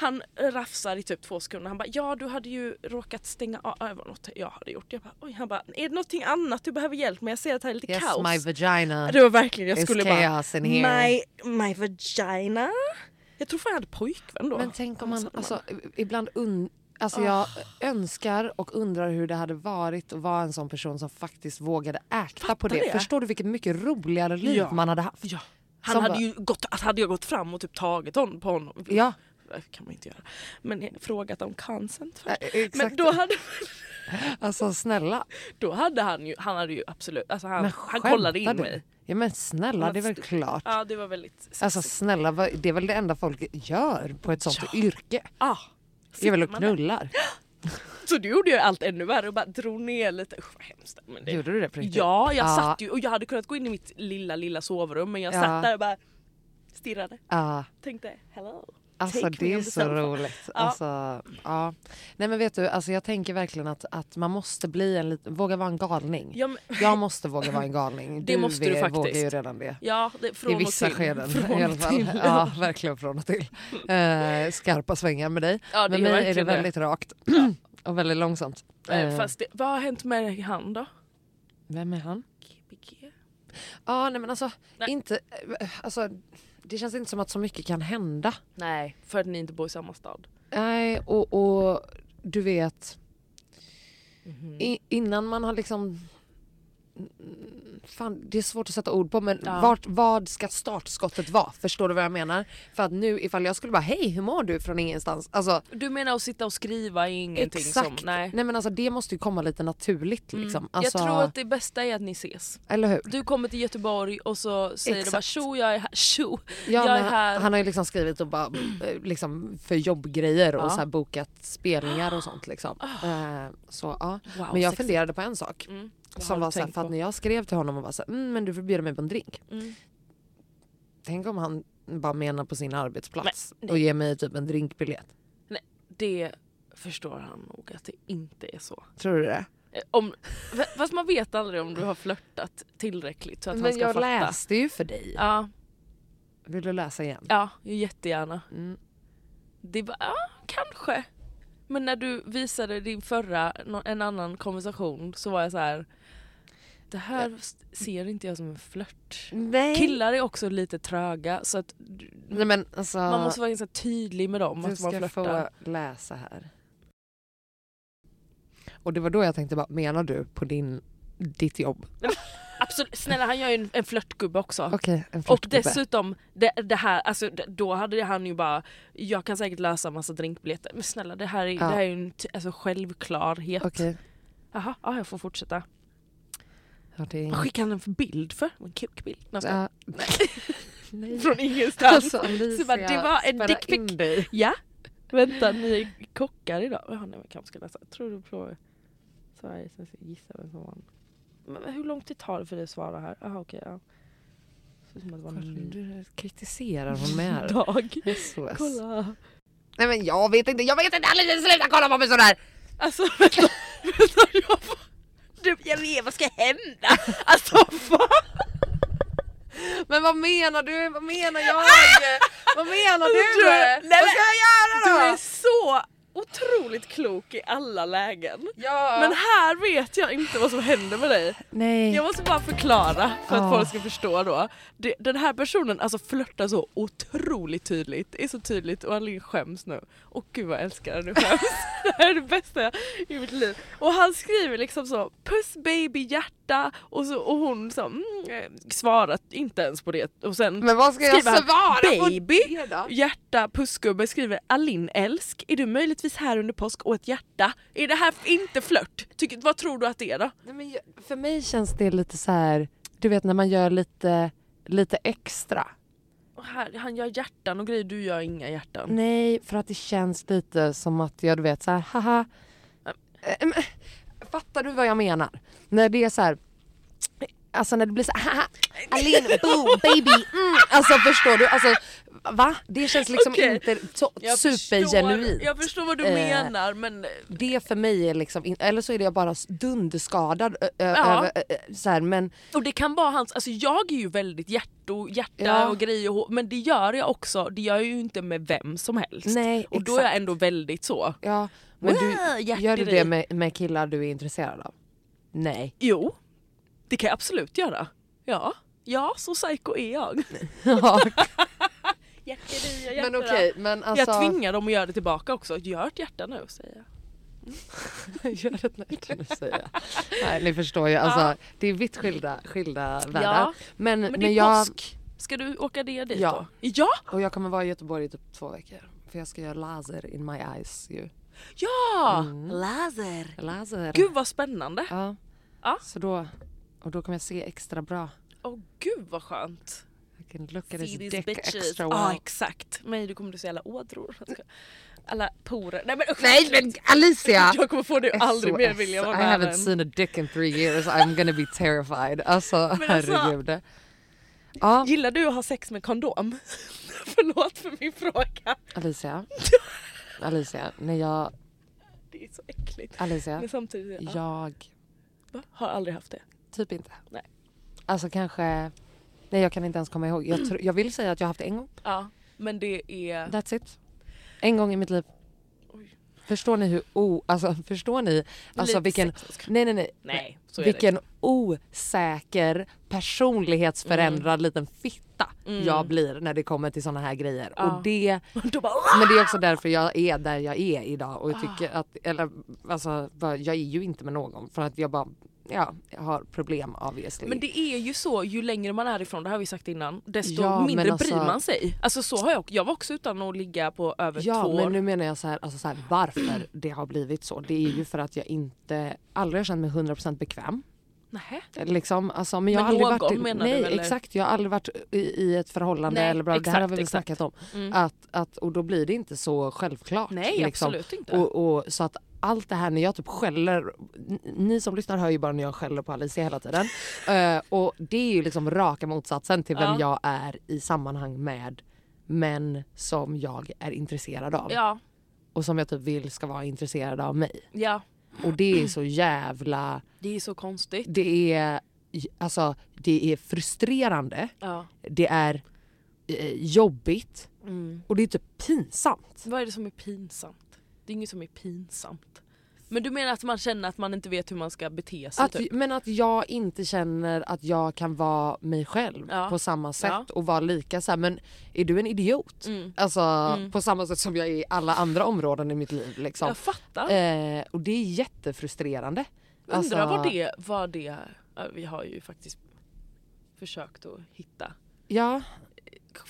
Speaker 1: Han rafsar i typ två sekunder, han bara ja du hade ju råkat stänga av, ja, det var något jag hade gjort. Jag bara, Oj. Han bara är det någonting annat du behöver hjälp med? Jag ser att det här är lite
Speaker 2: Yes
Speaker 1: kaos.
Speaker 2: my vagina.
Speaker 1: Det var verkligen, jag
Speaker 2: It's
Speaker 1: skulle bara...
Speaker 2: chaos in here.
Speaker 1: My, my vagina? Jag tror fan jag hade pojkvän då.
Speaker 2: Men tänk om
Speaker 1: Så
Speaker 2: man,
Speaker 1: att
Speaker 2: alltså, i- ibland un, alltså jag önskar och undrar hur det hade varit att vara en sån person som faktiskt vågade äkta på det.
Speaker 1: det.
Speaker 2: Förstår du vilket mycket roligare liv
Speaker 1: Ja.
Speaker 2: man hade haft?
Speaker 1: Ja. Han
Speaker 2: Som
Speaker 1: hade
Speaker 2: bara-
Speaker 1: ju gått, att hade jag gått fram och typ tagit hon, på honom.
Speaker 2: Ja.
Speaker 1: Det kan man inte göra. Men jag frågat om consent först.
Speaker 2: Äh, exakt.
Speaker 1: Men då hade,
Speaker 2: Alltså snälla.
Speaker 1: då hade han ju, han hade ju absolut, alltså han,
Speaker 2: Men
Speaker 1: han kollade
Speaker 2: skämtar
Speaker 1: in
Speaker 2: du?
Speaker 1: mig.
Speaker 2: Ja men snälla
Speaker 1: Han
Speaker 2: det är väl
Speaker 1: stod-
Speaker 2: klart.
Speaker 1: Ja det var väldigt sexigt.
Speaker 2: Alltså snälla vad- det är väl det enda folk gör på ett sånt yrke.
Speaker 1: ah,
Speaker 2: Det är väl att
Speaker 1: sitter man där.
Speaker 2: knullar.
Speaker 1: Så du gjorde ju allt ännu värre och bara drog ner lite. Usch vad hemskt. Men det,
Speaker 2: Gjorde du det på riktigt? Ah,
Speaker 1: Ja, jag
Speaker 2: Ja.
Speaker 1: satt ju och jag hade kunnat gå in i mitt lilla lilla sovrum men jag
Speaker 2: Ja.
Speaker 1: satt där och bara stirrade.
Speaker 2: Ja.
Speaker 1: Tänkte hello.
Speaker 2: Alltså
Speaker 1: take me
Speaker 2: det är
Speaker 1: on the
Speaker 2: så
Speaker 1: sofa.
Speaker 2: roligt.
Speaker 1: Ja.
Speaker 2: Alltså, ja. Nej men vet du, alltså, jag tänker verkligen att, att man måste bli en lit- våga vara en galning.
Speaker 1: Ja, men-
Speaker 2: Jag måste våga vara en galning.
Speaker 1: Det måste du
Speaker 2: vet-
Speaker 1: faktiskt.
Speaker 2: vågar ju redan det.
Speaker 1: Ja, det, från
Speaker 2: I vissa
Speaker 1: och till.
Speaker 2: skeden
Speaker 1: Från
Speaker 2: i alla
Speaker 1: och
Speaker 2: fall.
Speaker 1: till.
Speaker 2: Ja, verkligen från och till. Eh, skarpa svängar med dig.
Speaker 1: Ja, det
Speaker 2: med
Speaker 1: är
Speaker 2: mig är det
Speaker 1: verkligen det.
Speaker 2: väldigt rakt och väldigt långsamt.
Speaker 1: Eh,
Speaker 2: Eh,
Speaker 1: Fast det, vad har hänt med han då?
Speaker 2: Vem är han?
Speaker 1: GBG?
Speaker 2: Ja, nej men alltså,
Speaker 1: Nej.
Speaker 2: inte, eh, alltså det känns inte som att så mycket kan hända.
Speaker 1: Nej, för att ni inte bor i samma stad.
Speaker 2: Nej, och, och
Speaker 1: Mhm.
Speaker 2: du vet... I, innan man har liksom Fan, det är svårt att sätta ord på men
Speaker 1: Ja.
Speaker 2: vart, vad ska startskottet vara? Förstår du vad jag menar? För att nu ifall jag skulle bara hej hur mår du från ingenstans? Alltså
Speaker 1: Du menar att sitta och skriva är ingenting
Speaker 2: exakt.
Speaker 1: som...
Speaker 2: nej.
Speaker 1: Nej. Mm.
Speaker 2: men alltså det måste ju komma lite naturligt liksom. Alltså,
Speaker 1: Jag tror att det bästa är att ni ses.
Speaker 2: Eller hur?
Speaker 1: Du kommer till Göteborg och så säger du bara
Speaker 2: Exakt.
Speaker 1: tjo jag är här, tjo
Speaker 2: Ja,
Speaker 1: jag är
Speaker 2: men
Speaker 1: här.
Speaker 2: Han, han har ju liksom skrivit och bara, eh, liksom för jobbgrejer och
Speaker 1: Ja.
Speaker 2: så här bokat spelningar och sånt. Liksom. Eh, så, ja.
Speaker 1: Wow,
Speaker 2: men jag
Speaker 1: sexigt.
Speaker 2: funderade på en sak.
Speaker 1: Mm. Vad har
Speaker 2: Som
Speaker 1: du
Speaker 2: var så här,
Speaker 1: tänkt
Speaker 2: för att
Speaker 1: på?
Speaker 2: när jag skrev till honom och var så här, mm, men du får bjuda mig på en drink.
Speaker 1: Mm.
Speaker 2: Tänk om han bara menar på sin arbetsplats och ger mig typ en drinkbiljett.
Speaker 1: Nej, det förstår han nog att det inte är så.
Speaker 2: Tror du det?
Speaker 1: Eh, Om, f- fast man vet aldrig om du har flörtat tillräckligt så att han
Speaker 2: Men
Speaker 1: ska
Speaker 2: jag
Speaker 1: fatta.
Speaker 2: läste ju för dig.
Speaker 1: Ja,
Speaker 2: Vill du läsa igen?
Speaker 1: ja, jättegärna.
Speaker 2: Mm.
Speaker 1: Det var, ja, kanske. Men när du visade din förra, nå- en annan konversation så var jag så här. Det här s- ser inte jag som en flört.
Speaker 2: Nej.
Speaker 1: Killar är också lite tröga så att du-
Speaker 2: Nej men alltså.
Speaker 1: man måste vara ganska tydlig med dem
Speaker 2: Du
Speaker 1: att man
Speaker 2: ska
Speaker 1: flörtar.
Speaker 2: få läsa här. Och det var då jag tänkte bara, menar du på din, ditt jobb?
Speaker 1: Absolut, snälla han gör ju en, en flörtgubbe också.
Speaker 2: Okej, en
Speaker 1: Och
Speaker 2: flörtgubbe.
Speaker 1: dessutom, det, det här, alltså, d- då hade han ju bara Jag kan säkert lösa massa drinkbiljetter. Men snälla det här är,
Speaker 2: Ja.
Speaker 1: det här är ju en t- alltså, självklarhet.
Speaker 2: Okej, Mm.
Speaker 1: Jaha, ja, jag får fortsätta.
Speaker 2: ja, det är
Speaker 1: Vad
Speaker 2: inget.
Speaker 1: skickade han en för bild för? En kukbild? Nej, jag skojar.
Speaker 2: Ja. Nej.
Speaker 1: Från ingenstans.
Speaker 2: Alltså Alicia,
Speaker 1: Så bara, det var en
Speaker 2: spärra
Speaker 1: dickpic.
Speaker 2: in dig.
Speaker 1: Ja, vänta ni är kockar idag. Jaha, nej, men jag kanske ska läsa. Tror du på Sverige så jag ska gissa vem som vann. Men, men hur lång tid tar det för dig att svara här? Jaha okej, ja. Det ser ut som att det var en
Speaker 2: Du kritiserar hon mig här.
Speaker 1: dag.
Speaker 2: SOS.
Speaker 1: Kolla.
Speaker 2: Nej men jag vet inte, jag vet inte Alicia sluta kolla på mig sådär!
Speaker 1: Alltså vänta, vänta jag får... Du, jag vet vad ska hända? Alltså vad?
Speaker 2: Men vad menar du? Vad menar jag? vad menar
Speaker 1: Alltså,
Speaker 2: du?
Speaker 1: du- nej, men-
Speaker 2: vad ska jag
Speaker 1: Du
Speaker 2: göra
Speaker 1: är
Speaker 2: då?
Speaker 1: så otroligt klok i alla lägen.
Speaker 2: Ja.
Speaker 1: Men här vet jag inte vad som händer med dig.
Speaker 2: Nej.
Speaker 1: Jag måste bara förklara för att
Speaker 2: Ja.
Speaker 1: folk ska förstå då. Det- Den här personen alltså flörtar så otroligt tydligt. Det är så tydligt och Alin skäms nu. Och gud vad jag älskar när du skäms. det här är det bästa jag- i mitt liv. Och han skriver liksom så puss baby hjärta och, så, och hon så, mm, eh, svarar inte ens på det. Och sen
Speaker 2: Men vad ska jag
Speaker 1: skriver han,
Speaker 2: svara
Speaker 1: baby,
Speaker 2: på det då?
Speaker 1: Hjärta pussgubbe skriver Alin älsk, är du möjligtvis här under påsk och ett hjärta? Är det här inte flört? Tycker, vad tror du att det är då?
Speaker 2: Nej, men jag- för mig känns det lite så här, du vet när man gör lite, lite extra.
Speaker 1: Och här, han gör hjärtan och grejer, du gör inga hjärtan.
Speaker 2: Nej, för att det känns lite som att jag du vet så här, haha. Eh, men, Fattar du vad jag menar? När det är så här, alltså när det blir så här, haha, Alin, boo, baby, mm. Alltså förstår du? Alltså, va? Det känns liksom
Speaker 1: Okej.
Speaker 2: inte så
Speaker 1: Jag
Speaker 2: supergenuint.
Speaker 1: Förstår, jag förstår vad du
Speaker 2: Eh,
Speaker 1: menar men
Speaker 2: Det för mig är liksom, in- eller så är jag bara dunderskadad. ö- ö-
Speaker 1: Ja.
Speaker 2: över, ö- ö- så här, men
Speaker 1: och det kan vara hans, alltså jag är ju väldigt hjärt och, hjärta
Speaker 2: Ja.
Speaker 1: och grejer och hår- men det gör jag också, det gör jag ju inte med vem som helst.
Speaker 2: Nej,
Speaker 1: och då är jag
Speaker 2: exakt.
Speaker 1: ändå väldigt så.
Speaker 2: Ja, men du,
Speaker 1: Wow, hjärter
Speaker 2: gör du
Speaker 1: i.
Speaker 2: det med, med killar du är intresserad av? Nej.
Speaker 1: Jo, det kan jag absolut göra. Ja, ja så psycho är jag. Hjärter i och hjärter
Speaker 2: men
Speaker 1: av.
Speaker 2: okej, men alltså...
Speaker 1: Jag tvingar dem att göra det tillbaka också. Gör ett hjärta nu säger jag.
Speaker 2: gör ett nöjt nu säger jag. Nej, ni förstår ju. Alltså, Det är vitt skilda, skilda världar. Men, men,
Speaker 1: Men det är
Speaker 2: jag,
Speaker 1: påsk. Ska du åka det dit
Speaker 2: Ja.
Speaker 1: då? Ja!
Speaker 2: och jag kommer vara i Göteborg i typ två veckor. För jag ska göra laser in my eyes ju.
Speaker 1: Ja!
Speaker 2: Mm. Laser.
Speaker 1: Gud vad spännande.
Speaker 2: Ja.
Speaker 1: Ja.
Speaker 2: Så då, och då kommer jag se extra bra.
Speaker 1: Åh gud vad skönt.
Speaker 2: I can look at his
Speaker 1: See
Speaker 2: dick
Speaker 1: these bitches. Ah,
Speaker 2: extra
Speaker 1: Ja
Speaker 2: well.
Speaker 1: exakt. Nej du kommer du se alla ådror. Alla porer. Nej men usch.
Speaker 2: Nej men Alicia!
Speaker 1: Jag kommer få det aldrig mer
Speaker 2: SOS.
Speaker 1: vilja vara
Speaker 2: I
Speaker 1: med
Speaker 2: haven't
Speaker 1: den.
Speaker 2: seen a dick in three years, I'm gonna be terrified. Alltså
Speaker 1: alltså-
Speaker 2: herregud. Ja,
Speaker 1: Gillar du att ha sex med kondom? Förlåt för min fråga.
Speaker 2: Alicia. Alicia, när jag,
Speaker 1: Det är så äckligt.
Speaker 2: Alicia,
Speaker 1: Men samtidigt, ja.
Speaker 2: jag,
Speaker 1: Va? har aldrig haft det.
Speaker 2: typ inte.
Speaker 1: Nej.
Speaker 2: Alltså kanske, nej jag kan inte ens komma ihåg. Jag, tr- jag vill säga att jag har haft det en gång,
Speaker 1: Ja. Men det är...
Speaker 2: that's it. En gång i mitt liv. Förstår ni hur o, alltså förstår ni, alltså
Speaker 1: Lite
Speaker 2: vilken,
Speaker 1: sex.
Speaker 2: nej nej nej,
Speaker 1: Nej, så är det
Speaker 2: vilken osäker personlighetsförändrad
Speaker 1: Mm.
Speaker 2: liten fitta jag blir när det kommer till såna här grejer. Och det,
Speaker 1: Då bara,
Speaker 2: men det är också därför jag är där jag är idag och jag tycker att, eller alltså bara, jag är ju inte med någon för att jag bara ja, jag har problem E obviously.
Speaker 1: Men det är ju så, ju längre man är ifrån, det har vi sagt innan, desto
Speaker 2: Ja, men
Speaker 1: mindre bryr
Speaker 2: alltså-
Speaker 1: man sig. Alltså så har jag, jag var också utan att ligga på över
Speaker 2: ja,
Speaker 1: två år.
Speaker 2: men nu menar jag så här, alltså så här, varför det har blivit så. Det är ju för att jag inte, aldrig har känt mig 100% bekväm.
Speaker 1: Nähä.
Speaker 2: Liksom, alltså, men jag
Speaker 1: Med
Speaker 2: har aldrig
Speaker 1: någon,
Speaker 2: varit, i-
Speaker 1: menar du,
Speaker 2: nej,
Speaker 1: eller?
Speaker 2: exakt. Jag har aldrig varit i, i ett förhållande
Speaker 1: Nej,
Speaker 2: eller bra, det här
Speaker 1: exakt,
Speaker 2: har vi väl
Speaker 1: exakt. Mm.
Speaker 2: snackat om. Att, att, och då blir det inte så självklart.
Speaker 1: Nej
Speaker 2: liksom.
Speaker 1: absolut inte.
Speaker 2: Och, och, så att allt det här när jag typ skäller, n- ni som lyssnar hör ju bara när jag skäller på Alicia hela tiden. Eh, och det är ju liksom raka motsatsen till vem
Speaker 1: Ja.
Speaker 2: jag är i sammanhang med män som jag är intresserad av.
Speaker 1: ja,
Speaker 2: Och som jag typ vill ska vara intresserade av mig.
Speaker 1: ja,
Speaker 2: Och det är så jävla,
Speaker 1: det är så konstigt.
Speaker 2: det är, alltså det är frustrerande,
Speaker 1: Ja.
Speaker 2: det är eh, jobbigt
Speaker 1: Mm.
Speaker 2: och det är typ pinsamt.
Speaker 1: Vad är det som är pinsamt? Det är inget som är pinsamt. Men du menar att man känner att man inte vet hur man ska bete sig?
Speaker 2: Att,
Speaker 1: typ?
Speaker 2: Men att jag inte känner att jag kan vara mig själv
Speaker 1: Ja. Mm.
Speaker 2: på samma sätt
Speaker 1: Ja.
Speaker 2: och vara lika så här, men är du en idiot? Alltså på samma sätt som jag är i alla andra områden i mitt liv. Liksom.
Speaker 1: Jag fattar.
Speaker 2: Eh, och det är jättefrustrerande.
Speaker 1: Undrar
Speaker 2: Alltså,
Speaker 1: vad det, vad det ja, Vi har ju faktiskt försökt att hitta
Speaker 2: Ja,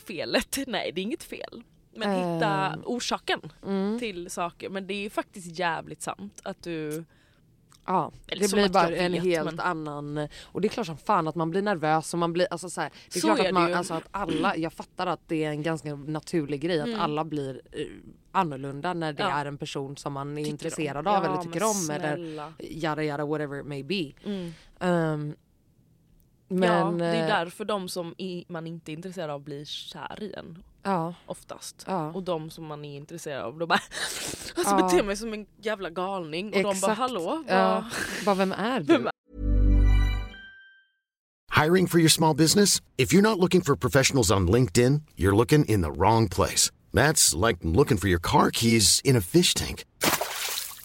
Speaker 1: felet. Nej det är inget fel. Men
Speaker 2: Ehm.
Speaker 1: hitta orsaken till saker. Men det är faktiskt jävligt sant att du...
Speaker 2: ja.
Speaker 1: Eller
Speaker 2: det
Speaker 1: som
Speaker 2: blir
Speaker 1: att
Speaker 2: bara
Speaker 1: jag
Speaker 2: en
Speaker 1: vet,
Speaker 2: helt
Speaker 1: men-
Speaker 2: annan... Och det är klart som fan att man blir nervös och man blir... Alltså, så här, det är
Speaker 1: Så
Speaker 2: klart
Speaker 1: är
Speaker 2: att,
Speaker 1: det
Speaker 2: man,
Speaker 1: ju.
Speaker 2: alltså, att alla... Jag fattar att det är en ganska naturlig grej att alla blir eh, annorlunda när det
Speaker 1: Mm. Ja.
Speaker 2: är en person som man är
Speaker 1: Tycker om.
Speaker 2: intresserad
Speaker 1: Ja,
Speaker 2: av eller tycker
Speaker 1: men
Speaker 2: om eller
Speaker 1: snälla.
Speaker 2: yada yada whatever it may be.
Speaker 1: Mm.
Speaker 2: Ehm, men...
Speaker 1: ja, det är
Speaker 2: eh,
Speaker 1: därför de som i- man inte är intresserad av blir kär i en
Speaker 2: Ja,
Speaker 1: oftast.
Speaker 2: Ja.
Speaker 1: Och de som man är intresserad av, de bara alltså
Speaker 2: Ja.
Speaker 1: beter mig som en jävla galning. Och de bara
Speaker 2: exakt.
Speaker 1: hallå,
Speaker 2: Ja,
Speaker 1: vad,
Speaker 2: bara, vem är du?
Speaker 1: vem
Speaker 4: Hiring for your small business? If you're not looking for professionals on LinkedIn, you're looking in the wrong place. That's like looking for your car keys in a fish tank.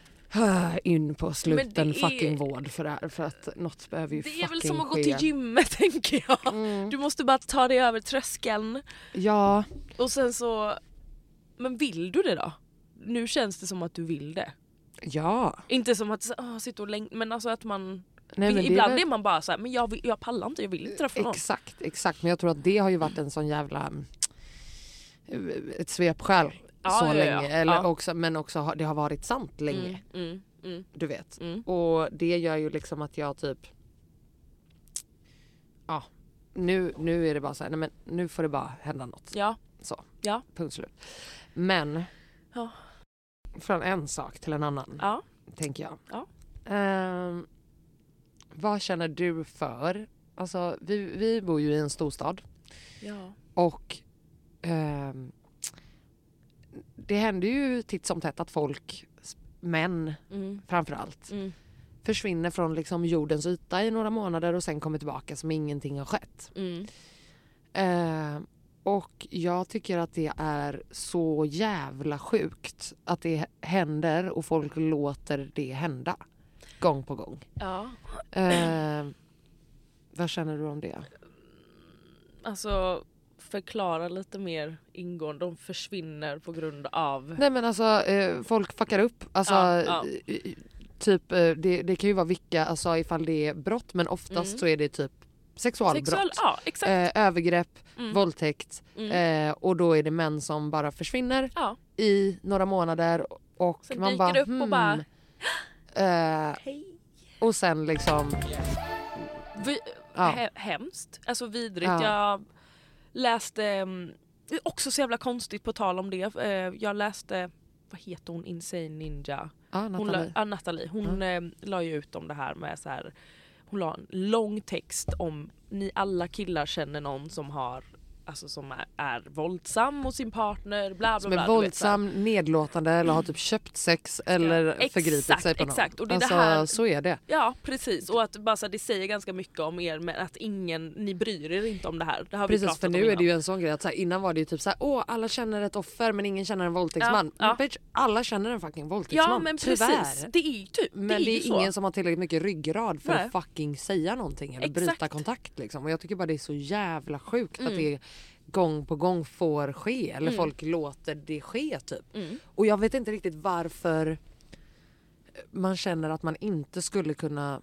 Speaker 2: in på
Speaker 1: Men
Speaker 2: sluten
Speaker 1: det är-
Speaker 2: fucking vård för det här för att något behöver ju
Speaker 1: Det
Speaker 2: fucking Mm.
Speaker 1: är väl som att gå
Speaker 2: ske.
Speaker 1: till gymmet tänker jag. Du måste bara ta dig över tröskeln
Speaker 2: Ja,
Speaker 1: och sen så... Men vill du det då? Nu känns det som att du vill det.
Speaker 2: ja.
Speaker 1: Inte som att ah, sitta och längta, men alltså att man...
Speaker 2: Nej, men det är
Speaker 1: ibland är,
Speaker 2: väl-
Speaker 1: man bara så här, men jag, vill, jag pallar inte, jag vill inte träffa någon.
Speaker 2: Exakt, exakt. Men jag tror att det har ju varit en sån jävla eh, ett svepskäl
Speaker 1: Ja,
Speaker 2: så
Speaker 1: ja, ja.
Speaker 2: länge. Eller
Speaker 1: Ja.
Speaker 2: Också, men också har- det har varit sant länge.
Speaker 1: Mm, mm.
Speaker 2: Du vet.
Speaker 1: Mm.
Speaker 2: Och det gör ju liksom att jag typ Ja, nu, nu är det bara så här, nej men nu får det bara hända något.
Speaker 1: Ja,
Speaker 2: Så.
Speaker 1: Ja.
Speaker 2: Punkt slut. Men
Speaker 1: Ja.
Speaker 2: från en sak till en annan
Speaker 1: ja.
Speaker 2: tänker jag.
Speaker 1: Ja.
Speaker 2: Ehm, vad känner du för? Alltså, vi, vi bor ju i en storstad
Speaker 1: ja.
Speaker 2: och ehm, det händer ju titt som tätt att folk, män
Speaker 1: Mm,
Speaker 2: framför allt,
Speaker 1: mm,
Speaker 2: försvinner från liksom jordens yta i några månader och sen kommer tillbaka som ingenting har skett.
Speaker 1: mm.
Speaker 2: Eh, och jag tycker att det är så jävla sjukt att det händer och folk låter det hända gång på gång.
Speaker 1: ja.
Speaker 2: Eh, vad känner du om det?
Speaker 1: Alltså förklara lite mer ingående. De försvinner på grund av...
Speaker 2: Nej men alltså eh, folk fuckar upp. Alltså,
Speaker 1: Ja, ja.
Speaker 2: eh, eh, Typ, eh, det, det kan ju vara vilka, alltså ifall det är brott men oftast
Speaker 1: Mm.
Speaker 2: så är det typ sexualbrott.
Speaker 1: Sexual... Ja, exakt.
Speaker 2: eh, övergrepp,
Speaker 1: Mm.
Speaker 2: våldtäkt
Speaker 1: Mm.
Speaker 2: eh, och då är det män som bara försvinner
Speaker 1: Ja.
Speaker 2: i några månader och
Speaker 1: Sen
Speaker 2: man
Speaker 1: dyker
Speaker 2: bara, hmm.
Speaker 1: det upp och bara,
Speaker 2: eh, och sen liksom
Speaker 1: Vi,
Speaker 2: Ja.
Speaker 1: he, hemskt, alltså vidrigt.
Speaker 2: Ja.
Speaker 1: Jag läste, mm, det är också så jävla konstigt på tal om det. Eh, Jag läste, vad heter hon, Insane Ninja?
Speaker 2: ja,
Speaker 1: Hon alltså, la,
Speaker 2: Nathalie.
Speaker 1: ja, Nathalie. Hon eh, la ju ut om det här med så här Hon la en lång text om ni alla killar känner någon som har Alltså som är, är våldsam mot sin partner, bla bla
Speaker 2: Som
Speaker 1: bla.
Speaker 2: är
Speaker 1: du vet, så här.
Speaker 2: våldsam, nedlåtande eller har typ köpt sex eller
Speaker 1: Exakt,
Speaker 2: förgripit sig på någon.
Speaker 1: exakt. Och det är det
Speaker 2: alltså,
Speaker 1: här-
Speaker 2: Så är det.
Speaker 1: Ja precis och att bara, så här, det säger ganska mycket om er men att ingen, ni bryr er inte om det här. Det har vi
Speaker 2: Precis
Speaker 1: pratat
Speaker 2: för
Speaker 1: om
Speaker 2: nu är det
Speaker 1: innan.
Speaker 2: ju en sån grej att så här, innan var det ju typ så här, åh alla känner ett offer men ingen känner en våldtäktsman.
Speaker 1: Ja, ja.
Speaker 2: Bitch, alla känner en fucking våldtäktsman.
Speaker 1: Ja men precis,
Speaker 2: Tyvärr.
Speaker 1: det är ju typ
Speaker 2: Men
Speaker 1: det är, ju så.
Speaker 2: ingen som har tillräckligt mycket ryggrad för
Speaker 1: Nej.
Speaker 2: att fucking säga någonting eller bryta
Speaker 1: Exakt. Mm.
Speaker 2: kontakt liksom. Och jag tycker bara det är så jävla sjukt att det gång på gång får ske eller folk låter det ske typ.
Speaker 1: Mm.
Speaker 2: Och jag vet inte riktigt varför man känner att man inte skulle kunna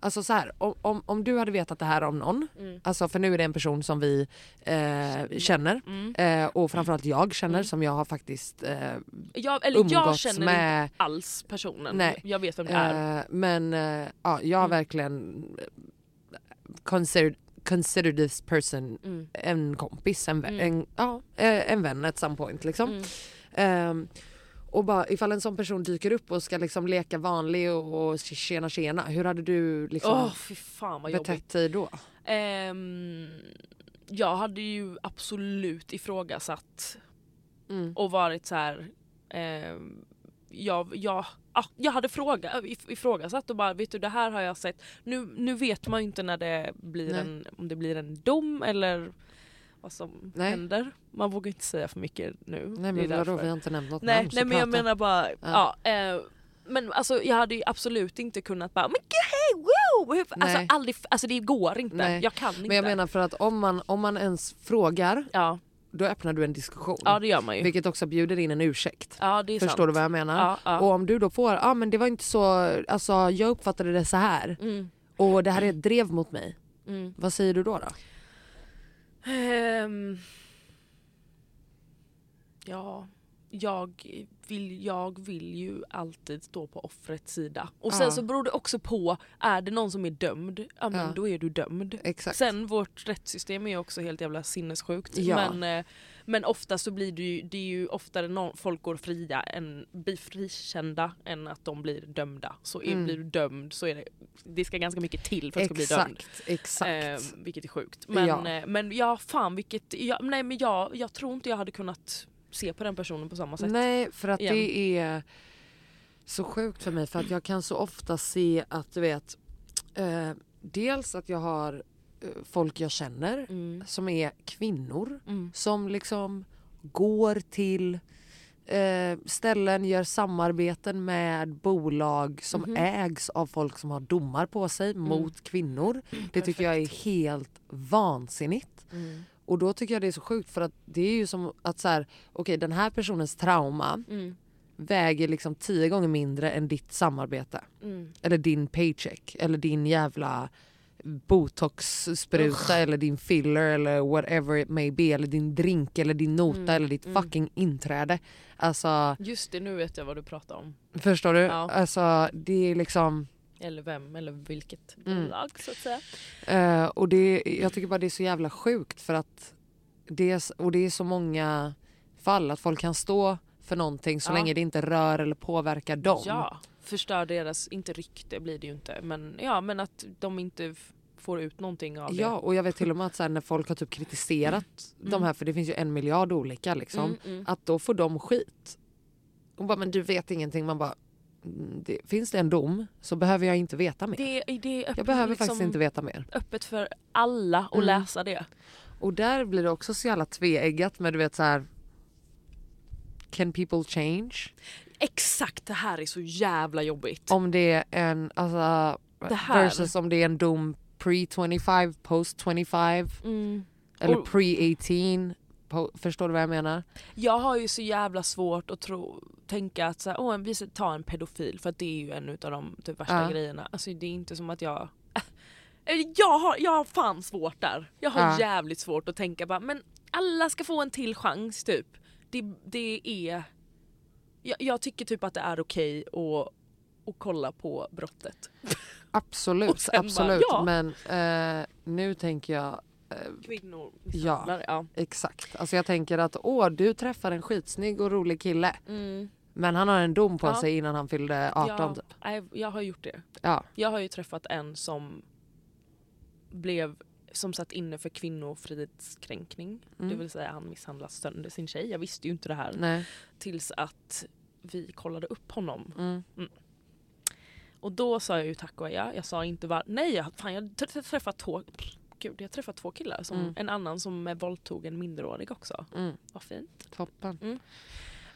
Speaker 2: Alltså så här, om, om, om du hade vetat det här om någon,
Speaker 1: Mm.
Speaker 2: alltså för nu är det en person som vi eh, känner
Speaker 1: Mm.
Speaker 2: eh, och framförallt jag känner som jag har faktiskt eh,
Speaker 1: Jag, Mm. eller jag
Speaker 2: umgåtts
Speaker 1: känner
Speaker 2: med-
Speaker 1: inte alls personen.
Speaker 2: Nej.
Speaker 1: Jag vet vem det är. Mm.
Speaker 2: Eh, men eh, ja, jag har verkligen eh, considered, considered this person
Speaker 1: Mm.
Speaker 2: en kompis, en, vä- en, ja, eh, en vän at some point liksom.
Speaker 1: Mm.
Speaker 2: Ehm, och bara ifall en sån person dyker upp och ska liksom leka vanlig och, och tjena tjena, hur hade du liksom
Speaker 1: Åh fy fan vad jobbigt.
Speaker 2: betett dig då?
Speaker 1: Ehm, jag hade ju absolut ifrågasatt
Speaker 2: Mm.
Speaker 1: och varit så här. ehm, jag, jag, ah, jag hade fråga, if- ifrågasatt och bara vet du det här har jag sett. Nu, nu vet man ju inte när det blir
Speaker 2: Nej.
Speaker 1: en, om det blir en dom eller vad som
Speaker 2: Nej.
Speaker 1: händer. Man vågar inte säga för mycket nu.
Speaker 2: Nej
Speaker 1: Det är
Speaker 2: men vadå,
Speaker 1: därför.
Speaker 2: vi har inte nämnt något
Speaker 1: Nej,
Speaker 2: namn. så
Speaker 1: nej men jag
Speaker 2: prata.
Speaker 1: menar bara, ja.
Speaker 2: Ja.
Speaker 1: eh, men alltså jag hade ju absolut inte kunnat bara, men gud, hej, wow! Hur-
Speaker 2: Nej.
Speaker 1: Alltså, aldrig, alltså det går inte,
Speaker 2: Nej.
Speaker 1: jag kan inte.
Speaker 2: Men jag menar för att om man, om man ens frågar,
Speaker 1: ja.
Speaker 2: då öppnar du en diskussion.
Speaker 1: ja det gör man ju.
Speaker 2: vilket också bjuder in en ursäkt.
Speaker 1: Ja det är
Speaker 2: Förstår
Speaker 1: sant.
Speaker 2: du vad jag menar?
Speaker 1: Ja, ja.
Speaker 2: Och om du då får, ja ah, men det var inte så, alltså jag uppfattade det så här
Speaker 1: Mm.
Speaker 2: och det här är ett drev mot mig.
Speaker 1: Mm.
Speaker 2: Vad säger du då? då?
Speaker 1: Ehm, ja, jag vill, jag vill ju alltid stå på offrets sida. Och sen
Speaker 2: Ja.
Speaker 1: så beror det också på, är det någon som är dömd, ja men
Speaker 2: Ja.
Speaker 1: då är du dömd.
Speaker 2: Exakt.
Speaker 1: Sen vårt rättssystem är ju också helt jävla sinnessjukt.
Speaker 2: Ja.
Speaker 1: Men, eh, men ofta så blir det ju, det är ju oftare no- folk går fria, än, blir frikända än att de blir dömda. Så är,
Speaker 2: Mm.
Speaker 1: blir du dömd så är det, det ska ganska mycket till för att du ska bli dömd.
Speaker 2: exakt, exakt.
Speaker 1: Eh, vilket är sjukt. Men ja,
Speaker 2: Ja.
Speaker 1: men ja fan vilket, ja, nej men jag, jag tror inte jag hade kunnat se på den personen på samma sätt.
Speaker 2: Nej för att
Speaker 1: igen.
Speaker 2: det är så sjukt för mig för att jag kan så ofta se att du vet eh, dels att jag har eh, folk jag känner
Speaker 1: Mm.
Speaker 2: som är kvinnor
Speaker 1: Mm.
Speaker 2: som liksom går till eh, ställen, gör samarbeten med bolag som ägs av folk som har domar på sig mot kvinnor. Det tycker jag är helt vansinnigt. Och då tycker jag det är så sjukt för att det är ju som att så här, okej den här personens trauma
Speaker 1: Mm.
Speaker 2: väger liksom tio gånger mindre än ditt samarbete.
Speaker 1: Mm.
Speaker 2: Eller din paycheck eller din jävla botox-spruta eller din filler eller whatever it may be eller din drink eller din nota
Speaker 1: Mm,
Speaker 2: eller ditt fucking inträde. Alltså
Speaker 1: Just det, nu vet jag vad du pratar om.
Speaker 2: förstår du?
Speaker 1: Ja.
Speaker 2: Alltså det är liksom
Speaker 1: Eller vem eller vilket
Speaker 2: Mm.
Speaker 1: bolag så att säga.
Speaker 2: eh, och det, jag tycker bara det är så jävla sjukt för att det är, s- och det är så många fall att folk kan stå för någonting så
Speaker 1: Ja.
Speaker 2: länge det inte rör eller påverkar dem.
Speaker 1: Ja, förstör deras, inte rykte blir det ju inte men ja men att de inte f- får ut någonting av
Speaker 2: Ja och jag vet till och med att så här, när folk har typ kritiserat de här, för det finns ju en miljard olika liksom,
Speaker 1: Mm, mm.
Speaker 2: att då får de skit. Och bara men du vet ingenting, man bara "Mm, det, finns det en dom så behöver jag inte veta mer.
Speaker 1: det. Det, det är öppet,
Speaker 2: jag behöver
Speaker 1: liksom,
Speaker 2: faktiskt inte veta mer.
Speaker 1: öppet för alla att
Speaker 2: Mm.
Speaker 1: läsa det.
Speaker 2: Och där blir det också så jävla tveeggat med du vet så här. Can people change?
Speaker 1: Exakt det här är så jävla jobbigt.
Speaker 2: Om det är en, alltså
Speaker 1: Det här.
Speaker 2: versus om det är en dom pre-25, post-25
Speaker 1: Mm.
Speaker 2: eller
Speaker 1: Och-
Speaker 2: pre-18. Po- förstår du vad jag menar?
Speaker 1: Jag har ju så jävla svårt att tro, tänka att så här, Åh, vi ska ta en pedofil för att det är ju en av de typ, värsta
Speaker 2: Ja.
Speaker 1: grejerna. Alltså det är inte som att jag... Eller, Jag har, jag har fan svårt där. Jag har
Speaker 2: Ja.
Speaker 1: jävligt svårt att tänka bara men alla ska få en till chans typ. Det, det är... Jag, jag tycker typ att det är okej att, att kolla på brottet. Och
Speaker 2: Absolut,
Speaker 1: sen bara,
Speaker 2: absolut.
Speaker 1: ja.
Speaker 2: Men eh, nu tänker jag eh,
Speaker 1: Kvinnomisshandlare, ja.
Speaker 2: exakt. Alltså jag tänker att åh, du träffar en skitsnygg och rolig kille.
Speaker 1: Mm.
Speaker 2: Men han har en dom på
Speaker 1: Ja.
Speaker 2: sig innan han fyllde 18
Speaker 1: jag,
Speaker 2: typ.
Speaker 1: nej, jag har gjort det.
Speaker 2: Ja.
Speaker 1: Jag har ju träffat en som blev som satt inne för kvinnofridskränkning. Det
Speaker 2: Mm.
Speaker 1: vill säga han misshandlade sönder sin tjej. Jag visste ju inte det här
Speaker 2: Nej.
Speaker 1: tills att vi kollade upp honom.
Speaker 2: Mm.
Speaker 1: Och då sa jag ju tack och adjö. Jag sa inte var nej jag, fan, jag tr- tr- träffat två Gud, jag har träffat två killar, som,
Speaker 2: Mm.
Speaker 1: en annan som eh, våldtog en minderårig också.
Speaker 2: Mm.
Speaker 1: Vad fint.
Speaker 2: Toppen.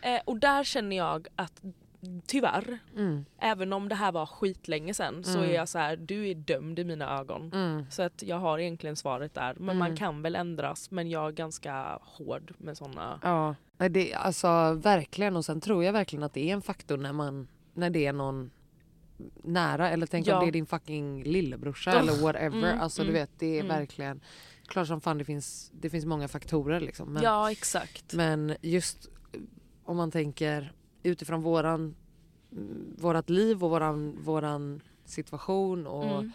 Speaker 1: Eh, och där känner jag att tyvärr,
Speaker 2: Mm.
Speaker 1: även om det här var skitlänge sedan så
Speaker 2: Mm.
Speaker 1: är jag så här, du är dömd i mina ögon.
Speaker 2: Mm.
Speaker 1: Så att jag har egentligen svaret där. Men
Speaker 2: Mm.
Speaker 1: man kan väl ändras. Men jag är ganska hård med såna.
Speaker 2: Ja, nej, det, alltså verkligen. Och sen tror jag verkligen att det är en faktor när man, när det är någon nära. Eller tänk
Speaker 1: Ja.
Speaker 2: om det är din fucking lillebrorsa
Speaker 1: Ugh.
Speaker 2: eller whatever.
Speaker 1: Mm,
Speaker 2: alltså
Speaker 1: mm,
Speaker 2: du vet, det är
Speaker 1: mm.
Speaker 2: verkligen, klart som fan det finns, det finns många faktorer liksom. Men,
Speaker 1: Ja exakt.
Speaker 2: men just om man tänker utifrån våran, vårat liv och våran, våran situation och
Speaker 1: Mm.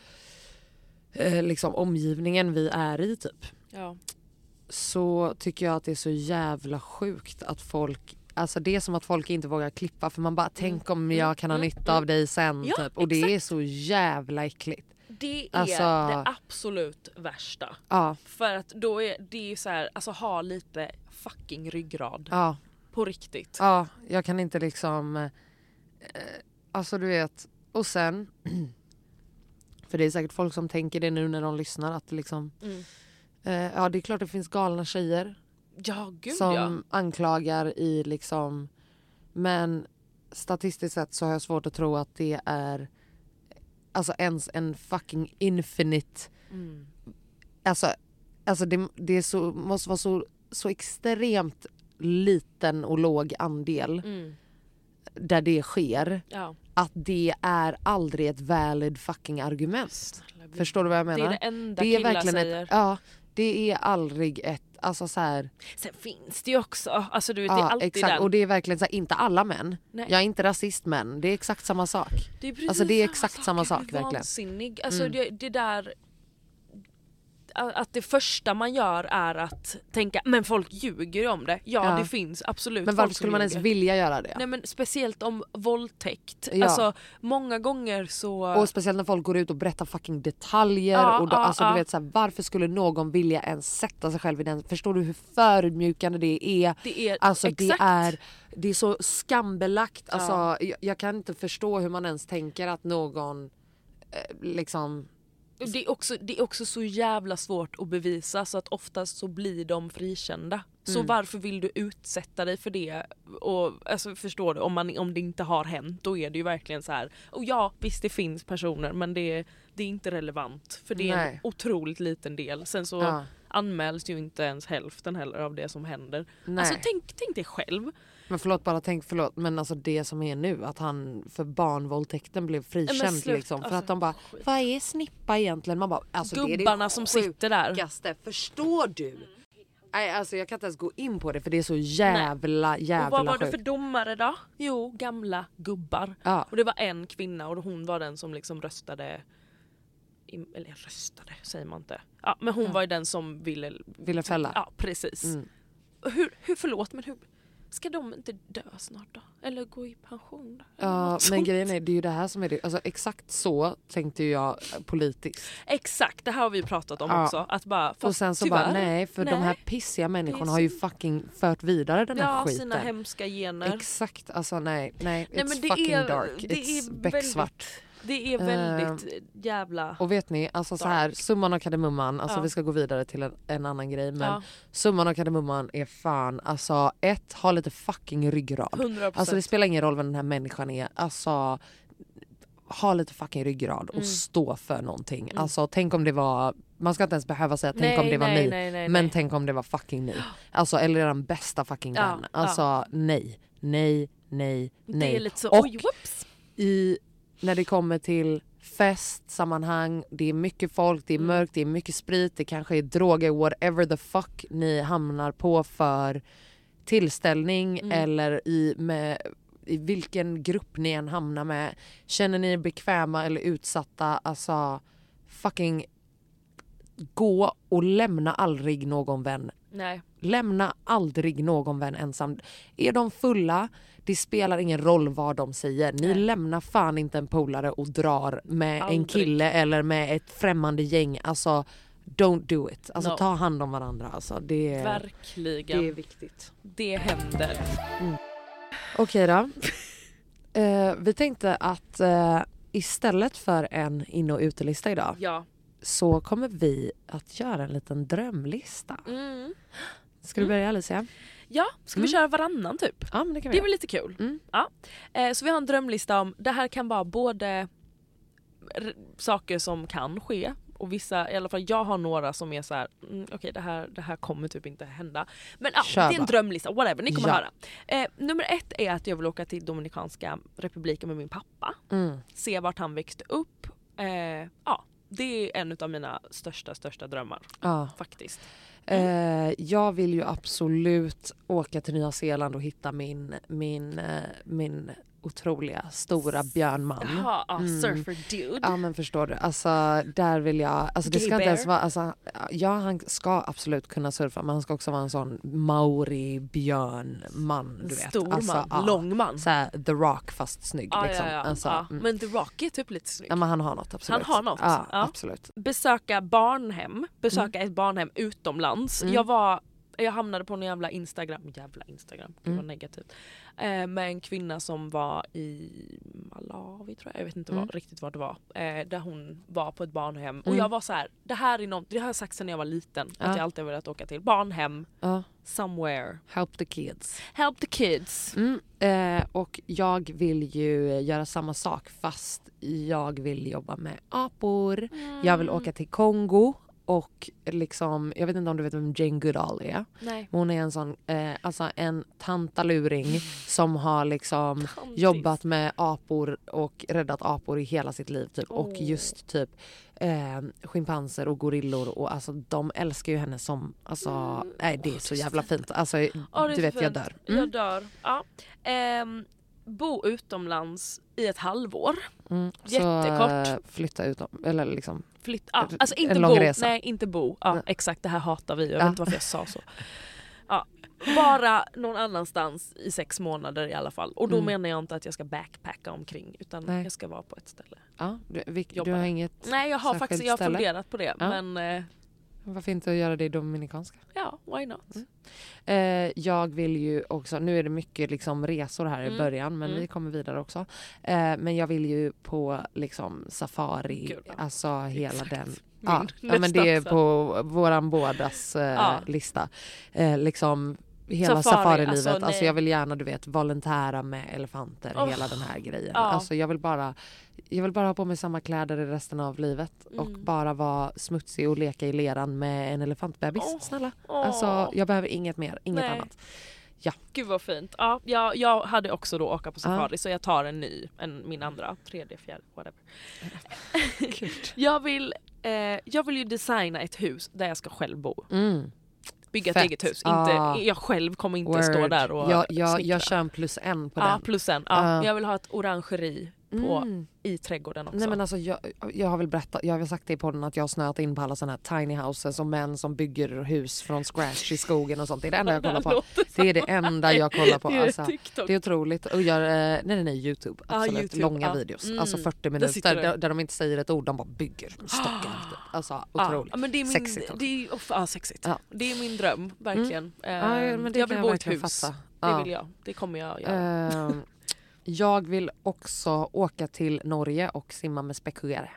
Speaker 2: eh, liksom omgivningen vi är i typ.
Speaker 1: Ja.
Speaker 2: så tycker jag att det är så jävla sjukt att folk Alltså det är som att folk inte vågar klippa för man bara tänk om jag kan ha
Speaker 1: mm,
Speaker 2: nytta av dig sen
Speaker 1: Ja,
Speaker 2: typ. Och det är så jävla äckligt.
Speaker 1: Det är
Speaker 2: Alltså-
Speaker 1: det absolut värsta.
Speaker 2: Ja,
Speaker 1: För att då är det ju så här, alltså ha lite fucking ryggrad.
Speaker 2: ja,
Speaker 1: På riktigt.
Speaker 2: ja. Jag kan inte liksom... Eh, alltså du vet. Och sen... För det är säkert folk som tänker det nu när de lyssnar att det liksom...
Speaker 1: Mm.
Speaker 2: Eh, ja det är klart det finns galna tjejer
Speaker 1: Ja gud
Speaker 2: som
Speaker 1: ja.
Speaker 2: anklagar i liksom... Men statistiskt sett så har jag svårt att tro att det är alltså ens en fucking infinite...
Speaker 1: Mm.
Speaker 2: Alltså, alltså det, det är så, måste vara så, så extremt liten och låg andel
Speaker 1: Mm.
Speaker 2: där det sker
Speaker 1: Ja.
Speaker 2: att det är aldrig ett valid fucking argument.
Speaker 1: Snälla, gud.
Speaker 2: Förstår du vad jag
Speaker 1: det
Speaker 2: menar?
Speaker 1: är det enda killar säger.
Speaker 2: ett, ja, det är aldrig ett, alltså så här,
Speaker 1: Sen finns det ju också, alltså du vet det är
Speaker 2: Ja,
Speaker 1: alltid
Speaker 2: exakt.
Speaker 1: den.
Speaker 2: Och det är verkligen så här, inte alla män.
Speaker 1: Nej.
Speaker 2: Jag är inte rasist men det är exakt samma sak.
Speaker 1: Det är precis
Speaker 2: Alltså, det är exakt samma sak,
Speaker 1: Jag blir
Speaker 2: verkligen. Mm.
Speaker 1: Vansinnig. Alltså det, det där a- att det första man gör är att tänka men folk ljuger ju om det. Ja,
Speaker 2: Ja.
Speaker 1: det finns absolut
Speaker 2: Men varför
Speaker 1: folk som
Speaker 2: skulle man ens
Speaker 1: ljuger.
Speaker 2: vilja göra det?
Speaker 1: Nej men speciellt om våldtäkt.
Speaker 2: Ja.
Speaker 1: Alltså många gånger så...
Speaker 2: Och speciellt när folk går ut och berättar fucking detaljer.
Speaker 1: Ja,
Speaker 2: och då,
Speaker 1: ja,
Speaker 2: alltså,
Speaker 1: ja.
Speaker 2: du vet, så här, varför skulle någon vilja ens sätta sig själv i den? Förstår du hur förödmjukande det är?
Speaker 1: Det är-
Speaker 2: alltså, det,
Speaker 1: exakt.
Speaker 2: är det är så skambelagt. Alltså, jag, jag kan inte förstå hur man ens tänker att någon eh, liksom...
Speaker 1: det, är också, det är också så jävla svårt att bevisa så att oftast så blir de frikända.
Speaker 2: Mm.
Speaker 1: Så varför vill du utsätta dig för det? Och, alltså, förstår du? Om, man, om det inte har hänt då är det ju verkligen så här. Och ja visst det finns personer men det, är- det är inte relevant för det är
Speaker 2: Nej.
Speaker 1: en otroligt liten del. Sen så
Speaker 2: Ja.
Speaker 1: anmäls ju inte ens hälften heller av det som händer.
Speaker 2: Nej.
Speaker 1: Alltså tänk, tänk dig själv.
Speaker 2: Men förlåt bara tänk förlåt men alltså det som är nu att han för barnvåldtäkten blev frikänd
Speaker 1: sluta,
Speaker 2: liksom. För
Speaker 1: alltså,
Speaker 2: att de bara vad är snippa egentligen? Man bara alltså det är
Speaker 1: Gubbarna
Speaker 2: det
Speaker 1: som sitter där.
Speaker 2: sjukaste, förstår du? Nej alltså jag kan inte ens gå in på det för det är så jävla jävla
Speaker 1: Och vad var det
Speaker 2: sjukt.
Speaker 1: för domare då? Jo, gamla gubbar.
Speaker 2: Ja.
Speaker 1: Och det var en kvinna och hon var den som liksom röstade i- eller röstade säger man inte. Ja, men hon var ju den som ville...
Speaker 2: Ville fälla.
Speaker 1: Ja precis.
Speaker 2: Mm.
Speaker 1: Hur, hur, förlåt men hur... Ska de inte dö snart då? Eller gå i pension? Då? Eller
Speaker 2: Ja
Speaker 1: något
Speaker 2: men
Speaker 1: sånt.
Speaker 2: grejen är det är ju det här som är det, alltså exakt så tänkte ju jag politiskt.
Speaker 1: Exakt, det här har vi pratat om
Speaker 2: Ja.
Speaker 1: också. Att bara, fast
Speaker 2: Och sen så
Speaker 1: tyvärr,
Speaker 2: bara nej för de här pissiga människorna har ju fucking fört vidare den här
Speaker 1: ja,
Speaker 2: skiten.
Speaker 1: sina hemska gener.
Speaker 2: Exakt, alltså nej, nej,
Speaker 1: Nej,
Speaker 2: it's
Speaker 1: men det
Speaker 2: fucking
Speaker 1: är-
Speaker 2: dark.
Speaker 1: det
Speaker 2: It's
Speaker 1: är
Speaker 2: becksvart. Ehm.
Speaker 1: Det är väldigt jävla...
Speaker 2: Och vet ni, alltså så här, summan och kardemumman, alltså
Speaker 1: Ja.
Speaker 2: vi ska gå vidare till en, en annan grej men
Speaker 1: Ja.
Speaker 2: summan och kardemumman är fan alltså ett, ha lite fucking ryggrad.
Speaker 1: 100%.
Speaker 2: Alltså det spelar ingen roll vem den här människan är, alltså ha lite fucking ryggrad
Speaker 1: Mm.
Speaker 2: och stå för någonting. Alltså tänk om det var, man ska inte ens behöva säga tänk om
Speaker 1: Nej,
Speaker 2: det var
Speaker 1: nej,
Speaker 2: ni,
Speaker 1: nej, nej,
Speaker 2: men
Speaker 1: nej.
Speaker 2: tänk om det var fucking ni. Alltså eller den bästa fucking
Speaker 1: Ja,
Speaker 2: vän. Alltså nej, nej, nej, nej.
Speaker 1: det är lite så,
Speaker 2: och
Speaker 1: oj whoops!
Speaker 2: i, när det kommer till festsammanhang, det är mycket folk, det är mörkt, det är mycket sprit, det kanske är droger, whatever the fuck ni hamnar på för tillställning eller i, med, i vilken grupp ni än hamnar med. Känner ni er bekväma eller utsatta, alltså fucking gå och lämna aldrig någon vän
Speaker 1: Nej.
Speaker 2: Lämna aldrig någon vän ensam. Är de fulla, det spelar ingen roll vad de säger. Ni lämnar fan inte en polare och drar med en
Speaker 1: Aldrig.
Speaker 2: kille eller med ett främmande gäng. Alltså don't do it. Alltså
Speaker 1: No.
Speaker 2: ta hand om varandra. Alltså, det, är- det
Speaker 1: Verkligen.
Speaker 2: är
Speaker 1: Det,
Speaker 2: viktigt.
Speaker 1: händer.
Speaker 2: Okej då. Eh, vi tänkte att eh, istället för en in och utelista idag
Speaker 1: Ja.
Speaker 2: så kommer vi att göra en liten drömlista.
Speaker 1: Mm.
Speaker 2: Ska du börja Alicia?
Speaker 1: Ja, ska vi köra varannan typ?
Speaker 2: Ja men det Mm. kan
Speaker 1: Det är väl lite kul.
Speaker 2: Mm.
Speaker 1: Ja. Eh, så vi har en drömlista om, det här kan vara både r- saker som kan ske och vissa, i alla fall jag har några som är så här, mm, okej det, här, det här kommer typ inte hända. Men ja,
Speaker 2: Kör
Speaker 1: det är en
Speaker 2: bara.
Speaker 1: drömlista, whatever, ni kommer
Speaker 2: Ja.
Speaker 1: höra. Eh, nummer ett är att jag vill åka till Dominikanska republiken med min pappa.
Speaker 2: Mm.
Speaker 1: Se vart han växte upp. Eh, ja, det är en av mina största, största drömmar
Speaker 2: Ja.
Speaker 1: faktiskt. Mm.
Speaker 2: Eh, jag vill ju absolut åka till Nya Zeeland och hitta min, min, eh, min otroliga stora björnman.
Speaker 1: Jaha, ja,
Speaker 2: Mm.
Speaker 1: surfer dude.
Speaker 2: Ja men förstår du, alltså där vill jag, alltså det
Speaker 1: Gay
Speaker 2: ska inte
Speaker 1: bear.
Speaker 2: ens vara, alltså, ja han ska absolut kunna surfa men han ska också vara en sån maori björn man du
Speaker 1: En
Speaker 2: vet.
Speaker 1: stor
Speaker 2: alltså,
Speaker 1: man,
Speaker 2: ja.
Speaker 1: lång man.
Speaker 2: Såhär the rock fast snygg
Speaker 1: Ja,
Speaker 2: liksom.
Speaker 1: ja, ja.
Speaker 2: Alltså,
Speaker 1: ja.
Speaker 2: mm.
Speaker 1: Men The Rock är typ lite snygg.
Speaker 2: ja, men han har något absolut.
Speaker 1: har något,
Speaker 2: Ja,
Speaker 1: ja.
Speaker 2: absolut.
Speaker 1: Besöka barnhem, besöka ett barnhem utomlands. Jag var jag hamnade på en jävla instagram, jävla instagram, det var negativt. Eh, med en kvinna som var i Malawi tror jag, jag vet inte vad, riktigt var det var. Eh, där hon var på ett barnhem och jag var så här, det här är något, det har jag sagt sedan jag var liten att jag alltid har velat åka till. Barnhem,
Speaker 2: Ja.
Speaker 1: somewhere,
Speaker 2: Help the kids.
Speaker 1: help the kids.
Speaker 2: Mm, eh, och jag vill ju göra samma sak fast jag vill jobba med apor.
Speaker 1: Mm,
Speaker 2: Jag vill åka till Kongo och liksom, jag vet inte om du vet vem Jane Goodall är?
Speaker 1: Nej.
Speaker 2: Hon är en sån, eh, alltså en tantaluring som har liksom
Speaker 1: Tantis.
Speaker 2: jobbat med apor och räddat apor i hela sitt liv typ. Och
Speaker 1: Åh.
Speaker 2: just typ eh, schimpanser och gorillor och alltså de älskar ju henne som, alltså
Speaker 1: Mm.
Speaker 2: nej det är så jävla fint. Alltså
Speaker 1: Ja, det är
Speaker 2: du vet
Speaker 1: så
Speaker 2: jag
Speaker 1: fint.
Speaker 2: dör. Mm.
Speaker 1: Jag dör. Ja. Ehm, bo utomlands i ett halvår.
Speaker 2: Mm, så,
Speaker 1: Jättekort.
Speaker 2: eh, flytta ut dem. Eller liksom.
Speaker 1: Flytt, ja,
Speaker 2: En-
Speaker 1: alltså inte
Speaker 2: en lång
Speaker 1: bo.
Speaker 2: resa.
Speaker 1: Nej, inte bo. Ja,
Speaker 2: Nej.
Speaker 1: Exakt, det här hatar vi. Jag
Speaker 2: Ja.
Speaker 1: vet inte varför jag sa så. Ja. Bara någon annanstans i sex månader i alla fall. Och då
Speaker 2: Mm.
Speaker 1: menar jag inte att jag ska backpacka omkring utan
Speaker 2: Nej.
Speaker 1: jag ska vara på ett ställe.
Speaker 2: Ja, du, vilk, du
Speaker 1: Jobba
Speaker 2: har
Speaker 1: där.
Speaker 2: inget...
Speaker 1: Nej jag har
Speaker 2: Särskilt
Speaker 1: faktiskt jag har
Speaker 2: ställe?
Speaker 1: funderat på det
Speaker 2: Ja.
Speaker 1: men eh,
Speaker 2: Varför inte göra det i Dominikanska?
Speaker 1: ja, why not?
Speaker 2: Mm. Eh, jag vill ju också, nu är det mycket liksom resor här
Speaker 1: Mm,
Speaker 2: i början men
Speaker 1: mm.
Speaker 2: vi kommer vidare också. Eh, men jag vill ju på liksom safari,
Speaker 1: Gud, ja.
Speaker 2: alltså hela
Speaker 1: Exakt.
Speaker 2: den.
Speaker 1: Min
Speaker 2: Ja, ja men det är
Speaker 1: nästan så.
Speaker 2: på våran bådas eh,
Speaker 1: Ja.
Speaker 2: lista. Eh, liksom
Speaker 1: Safari,
Speaker 2: hela safarilivet,
Speaker 1: alltså,
Speaker 2: alltså,
Speaker 1: nej.
Speaker 2: jag vill gärna du vet volontära med elefanter,
Speaker 1: Oh,
Speaker 2: hela den här grejen.
Speaker 1: ja.
Speaker 2: Alltså jag vill bara jag vill bara ha på mig samma kläder i resten av livet och
Speaker 1: Mm.
Speaker 2: bara vara smutsig och leka i leran med en elefantbebis.
Speaker 1: Åh,
Speaker 2: Snälla.
Speaker 1: åh.
Speaker 2: Alltså, jag behöver inget mer, inget
Speaker 1: Nej.
Speaker 2: annat.
Speaker 1: Gud vad fint. Ja, jag, jag hade också då åka på
Speaker 2: Ja.
Speaker 1: safari så jag tar en ny, en, min andra, tredje, fjärde, whatever. jag, vill, eh, jag vill ju designa ett hus där jag ska själv bo.
Speaker 2: Mm.
Speaker 1: Bygga
Speaker 2: Fett.
Speaker 1: ett eget hus.
Speaker 2: Ja.
Speaker 1: Inte, jag själv kommer inte stå där och
Speaker 2: jag, jag,
Speaker 1: snickra.
Speaker 2: jag kör en plus en på
Speaker 1: ja,
Speaker 2: den. Ah.
Speaker 1: plus en. Ja,
Speaker 2: Ja.
Speaker 1: Jag vill ha ett orangeri på,
Speaker 2: Mm.
Speaker 1: i trädgården också.
Speaker 2: Nej, men alltså, jag, jag har väl berättat, jag har väl sagt det i podden att jag har snöat in på alla såna här tiny houses och män som bygger hus från scratch i skogen och sånt. Det är det enda jag kollar på. Det är det enda jag kollar på.
Speaker 1: Det är
Speaker 2: Alltså,
Speaker 1: TikTok.
Speaker 2: det är otroligt. Och gör, eh, nej, nej, nej, Youtube.
Speaker 1: Ja,
Speaker 2: Absolut.
Speaker 1: Ah, YouTube,
Speaker 2: Långa
Speaker 1: ja.
Speaker 2: videos.
Speaker 1: Mm.
Speaker 2: Alltså 40
Speaker 1: sitter
Speaker 2: minuter
Speaker 1: du.
Speaker 2: där, där de inte säger ett ord, de bara bygger. Stockar. typ. Alltså
Speaker 1: Ja,
Speaker 2: otroligt.
Speaker 1: men det är min,
Speaker 2: Sexigt också.
Speaker 1: det är, oh, ja, sexigt.
Speaker 2: Ja.
Speaker 1: Det är min dröm, verkligen.
Speaker 2: Ja,
Speaker 1: Eh,
Speaker 2: men det
Speaker 1: jag
Speaker 2: kan
Speaker 1: vill bo i ett
Speaker 2: verkligen
Speaker 1: hus.
Speaker 2: fatta.
Speaker 1: Det
Speaker 2: Ja.
Speaker 1: vill jag. Det kommer jag göra.
Speaker 2: Ehm, jag vill också åka till Norge och simma med späckhuggare.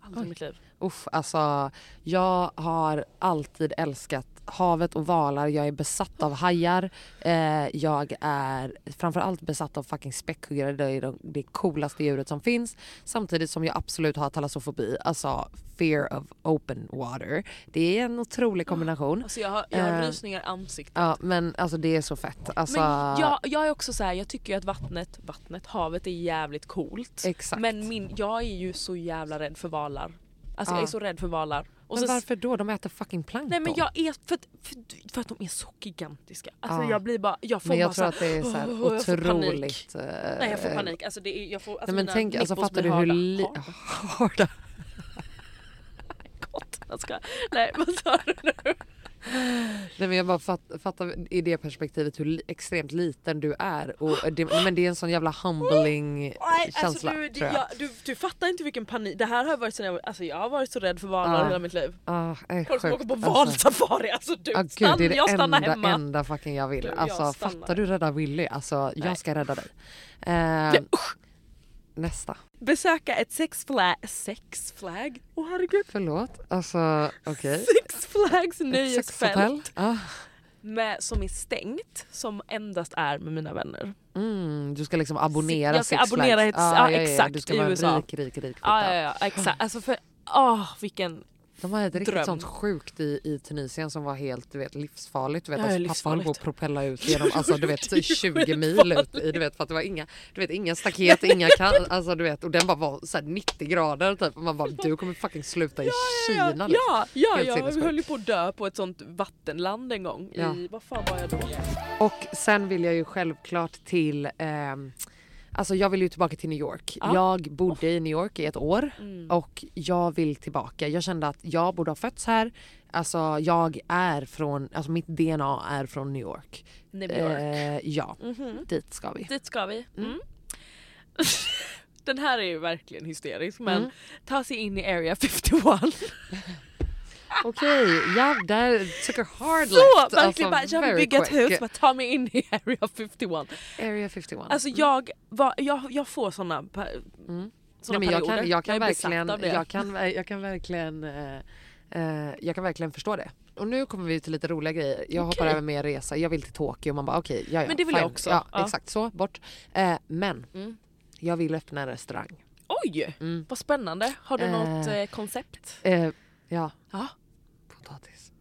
Speaker 1: Allt i mitt liv.
Speaker 2: Uff, alltså, jag har alltid älskat havet och valar. Jag är besatt av hajar. Eh, jag är framförallt besatt av fucking späckhuggare. Det är de- det coolaste djuret som finns. Samtidigt som jag absolut har talassofobi. Alltså fear of open water. Det är en otrolig kombination.
Speaker 1: Alltså jag har, jag har
Speaker 2: Eh,
Speaker 1: rysningar i ansiktet.
Speaker 2: Ja, men alltså det är så fett. Alltså,
Speaker 1: Men jag, jag är också så här, jag tycker ju att vattnet, vattnet, havet är jävligt coolt.
Speaker 2: Exakt.
Speaker 1: Men min, jag är ju så jävla rädd för valar. Alltså jag
Speaker 2: Ja.
Speaker 1: är så rädd för valar. Och
Speaker 2: men
Speaker 1: så,
Speaker 2: varför då? De äter fucking plankton.
Speaker 1: Nej men jag är, för, att- för, för att de är så gigantiska. Alltså
Speaker 2: Ja.
Speaker 1: jag blir bara, jag får
Speaker 2: Men jag
Speaker 1: bara
Speaker 2: tror
Speaker 1: så
Speaker 2: att det är så här
Speaker 1: "Åh, jag får panik."
Speaker 2: otroligt... eh,
Speaker 1: Nej jag får panik. Alltså det är, jag får, alltså
Speaker 2: Nej, men
Speaker 1: mina
Speaker 2: tänk, alltså,
Speaker 1: nipples
Speaker 2: fattar
Speaker 1: blir
Speaker 2: du hur...
Speaker 1: harda.
Speaker 2: Li-
Speaker 1: Harda.
Speaker 2: harda.
Speaker 1: gott. Jag ska. Nej, vad sa du nu?
Speaker 2: Nej, men jag bara fatt, fattar i det perspektivet hur li- extremt liten du är. Och det, men det är en sån jävla humbling
Speaker 1: Nej,
Speaker 2: känsla
Speaker 1: alltså du,
Speaker 2: tror jag.
Speaker 1: jag, du, du fattar inte vilken panik, det här har varit sen jag, var- alltså jag har varit så rädd för valar
Speaker 2: Ja.
Speaker 1: hela mitt liv.
Speaker 2: Ah, är
Speaker 1: Folk som
Speaker 2: sjukt,
Speaker 1: åker på
Speaker 2: alltså.
Speaker 1: valsafari, alltså du,
Speaker 2: Ah,
Speaker 1: stanna,
Speaker 2: gud, det är det
Speaker 1: jag stannar
Speaker 2: enda,
Speaker 1: hemma.
Speaker 2: enda fucking jag vill.
Speaker 1: Du, jag
Speaker 2: alltså,
Speaker 1: stannar.
Speaker 2: fattar du rädda Willy? Alltså,
Speaker 1: Nej.
Speaker 2: jag ska rädda dig. Eh, nästa.
Speaker 1: Besöka ett sex flag, sex flag? Åh herregud.
Speaker 2: Förlåt. Alltså, okej.
Speaker 1: Six flags
Speaker 2: Ett
Speaker 1: nöjesfält
Speaker 2: sexhotell. Ah,
Speaker 1: med, som är stängt som endast är med mina vänner.
Speaker 2: mm, du ska liksom abonnera
Speaker 1: Jag ska
Speaker 2: Six
Speaker 1: abonnera
Speaker 2: Flags.
Speaker 1: ett- ja,
Speaker 2: Du
Speaker 1: exakt,
Speaker 2: ska
Speaker 1: i
Speaker 2: vara en
Speaker 1: USA.
Speaker 2: rik, rik, rik
Speaker 1: Ja ja
Speaker 2: fitta.
Speaker 1: ja exakt, alltså för åh vilken
Speaker 2: De har ett riktigt
Speaker 1: Dröm.
Speaker 2: sånt sjukt i, i Tunisien som var helt du vet, livsfarligt. Du vet,
Speaker 1: Ja,
Speaker 2: alltså, pappa höll
Speaker 1: livsfarligt.
Speaker 2: på att propella ut genom alltså, du
Speaker 1: Det är
Speaker 2: vet, 20 mil ut i, du vet, för att det var inga, du vet, inga staket, inga kan, alltså, du vet, och den bara var så här 90 grader typ. Och man bara du kommer fucking sluta i Kina.
Speaker 1: Ja,
Speaker 2: liksom.
Speaker 1: ja, ja,
Speaker 2: Helt
Speaker 1: ja jag
Speaker 2: sinnessjukt.
Speaker 1: höll ju på att dö på ett sånt vattenland en gång.
Speaker 2: Ja.
Speaker 1: I, vad fan var jag då?
Speaker 2: Och sen vill jag ju självklart till ehm, Alltså jag vill ju tillbaka till New York.
Speaker 1: Ja. Mm.
Speaker 2: Jag bodde i New York i ett år och jag vill tillbaka. Jag kände att jag borde ha fötts här. Alltså jag är från, alltså mitt DNA är från New York.
Speaker 1: New York. Mhm.
Speaker 2: Eh, ja, dit ska vi.
Speaker 1: Dit ska vi. Mm. Den här är ju verkligen hysterisk men
Speaker 2: Mm.
Speaker 1: ta sig in i Area 51.
Speaker 2: Okej, ja där took a hard left. Alltså,
Speaker 1: Så verkligen bara, jag vill
Speaker 2: very
Speaker 1: bygga ett
Speaker 2: quick.
Speaker 1: hus, bara ta mig in i Area 51.
Speaker 2: Area 51.
Speaker 1: Alltså jag, var, jag, jag får såna, pa- såna
Speaker 2: Nej, men jag,
Speaker 1: perioder.
Speaker 2: kan, jag, kan
Speaker 1: är besatt
Speaker 2: verkligen,
Speaker 1: av det.
Speaker 2: jag, kan, jag kan verkligen eh, eh, jag kan verkligen förstå det. Och nu kommer vi till lite roliga grejer. Jag hoppar över med resa. Jag vill till Tokyo. Man bara okej, ja, ja,
Speaker 1: Men det vill jag
Speaker 2: fine.
Speaker 1: också.
Speaker 2: Ja,
Speaker 1: Ja.
Speaker 2: Exakt så, bort. Eh, men jag vill öppna en restaurang.
Speaker 1: Mm. Oj! Vad spännande. Har du
Speaker 2: Mm. Eh.
Speaker 1: något eh, koncept?
Speaker 2: Eh, ja,
Speaker 1: Ja.
Speaker 2: potatis.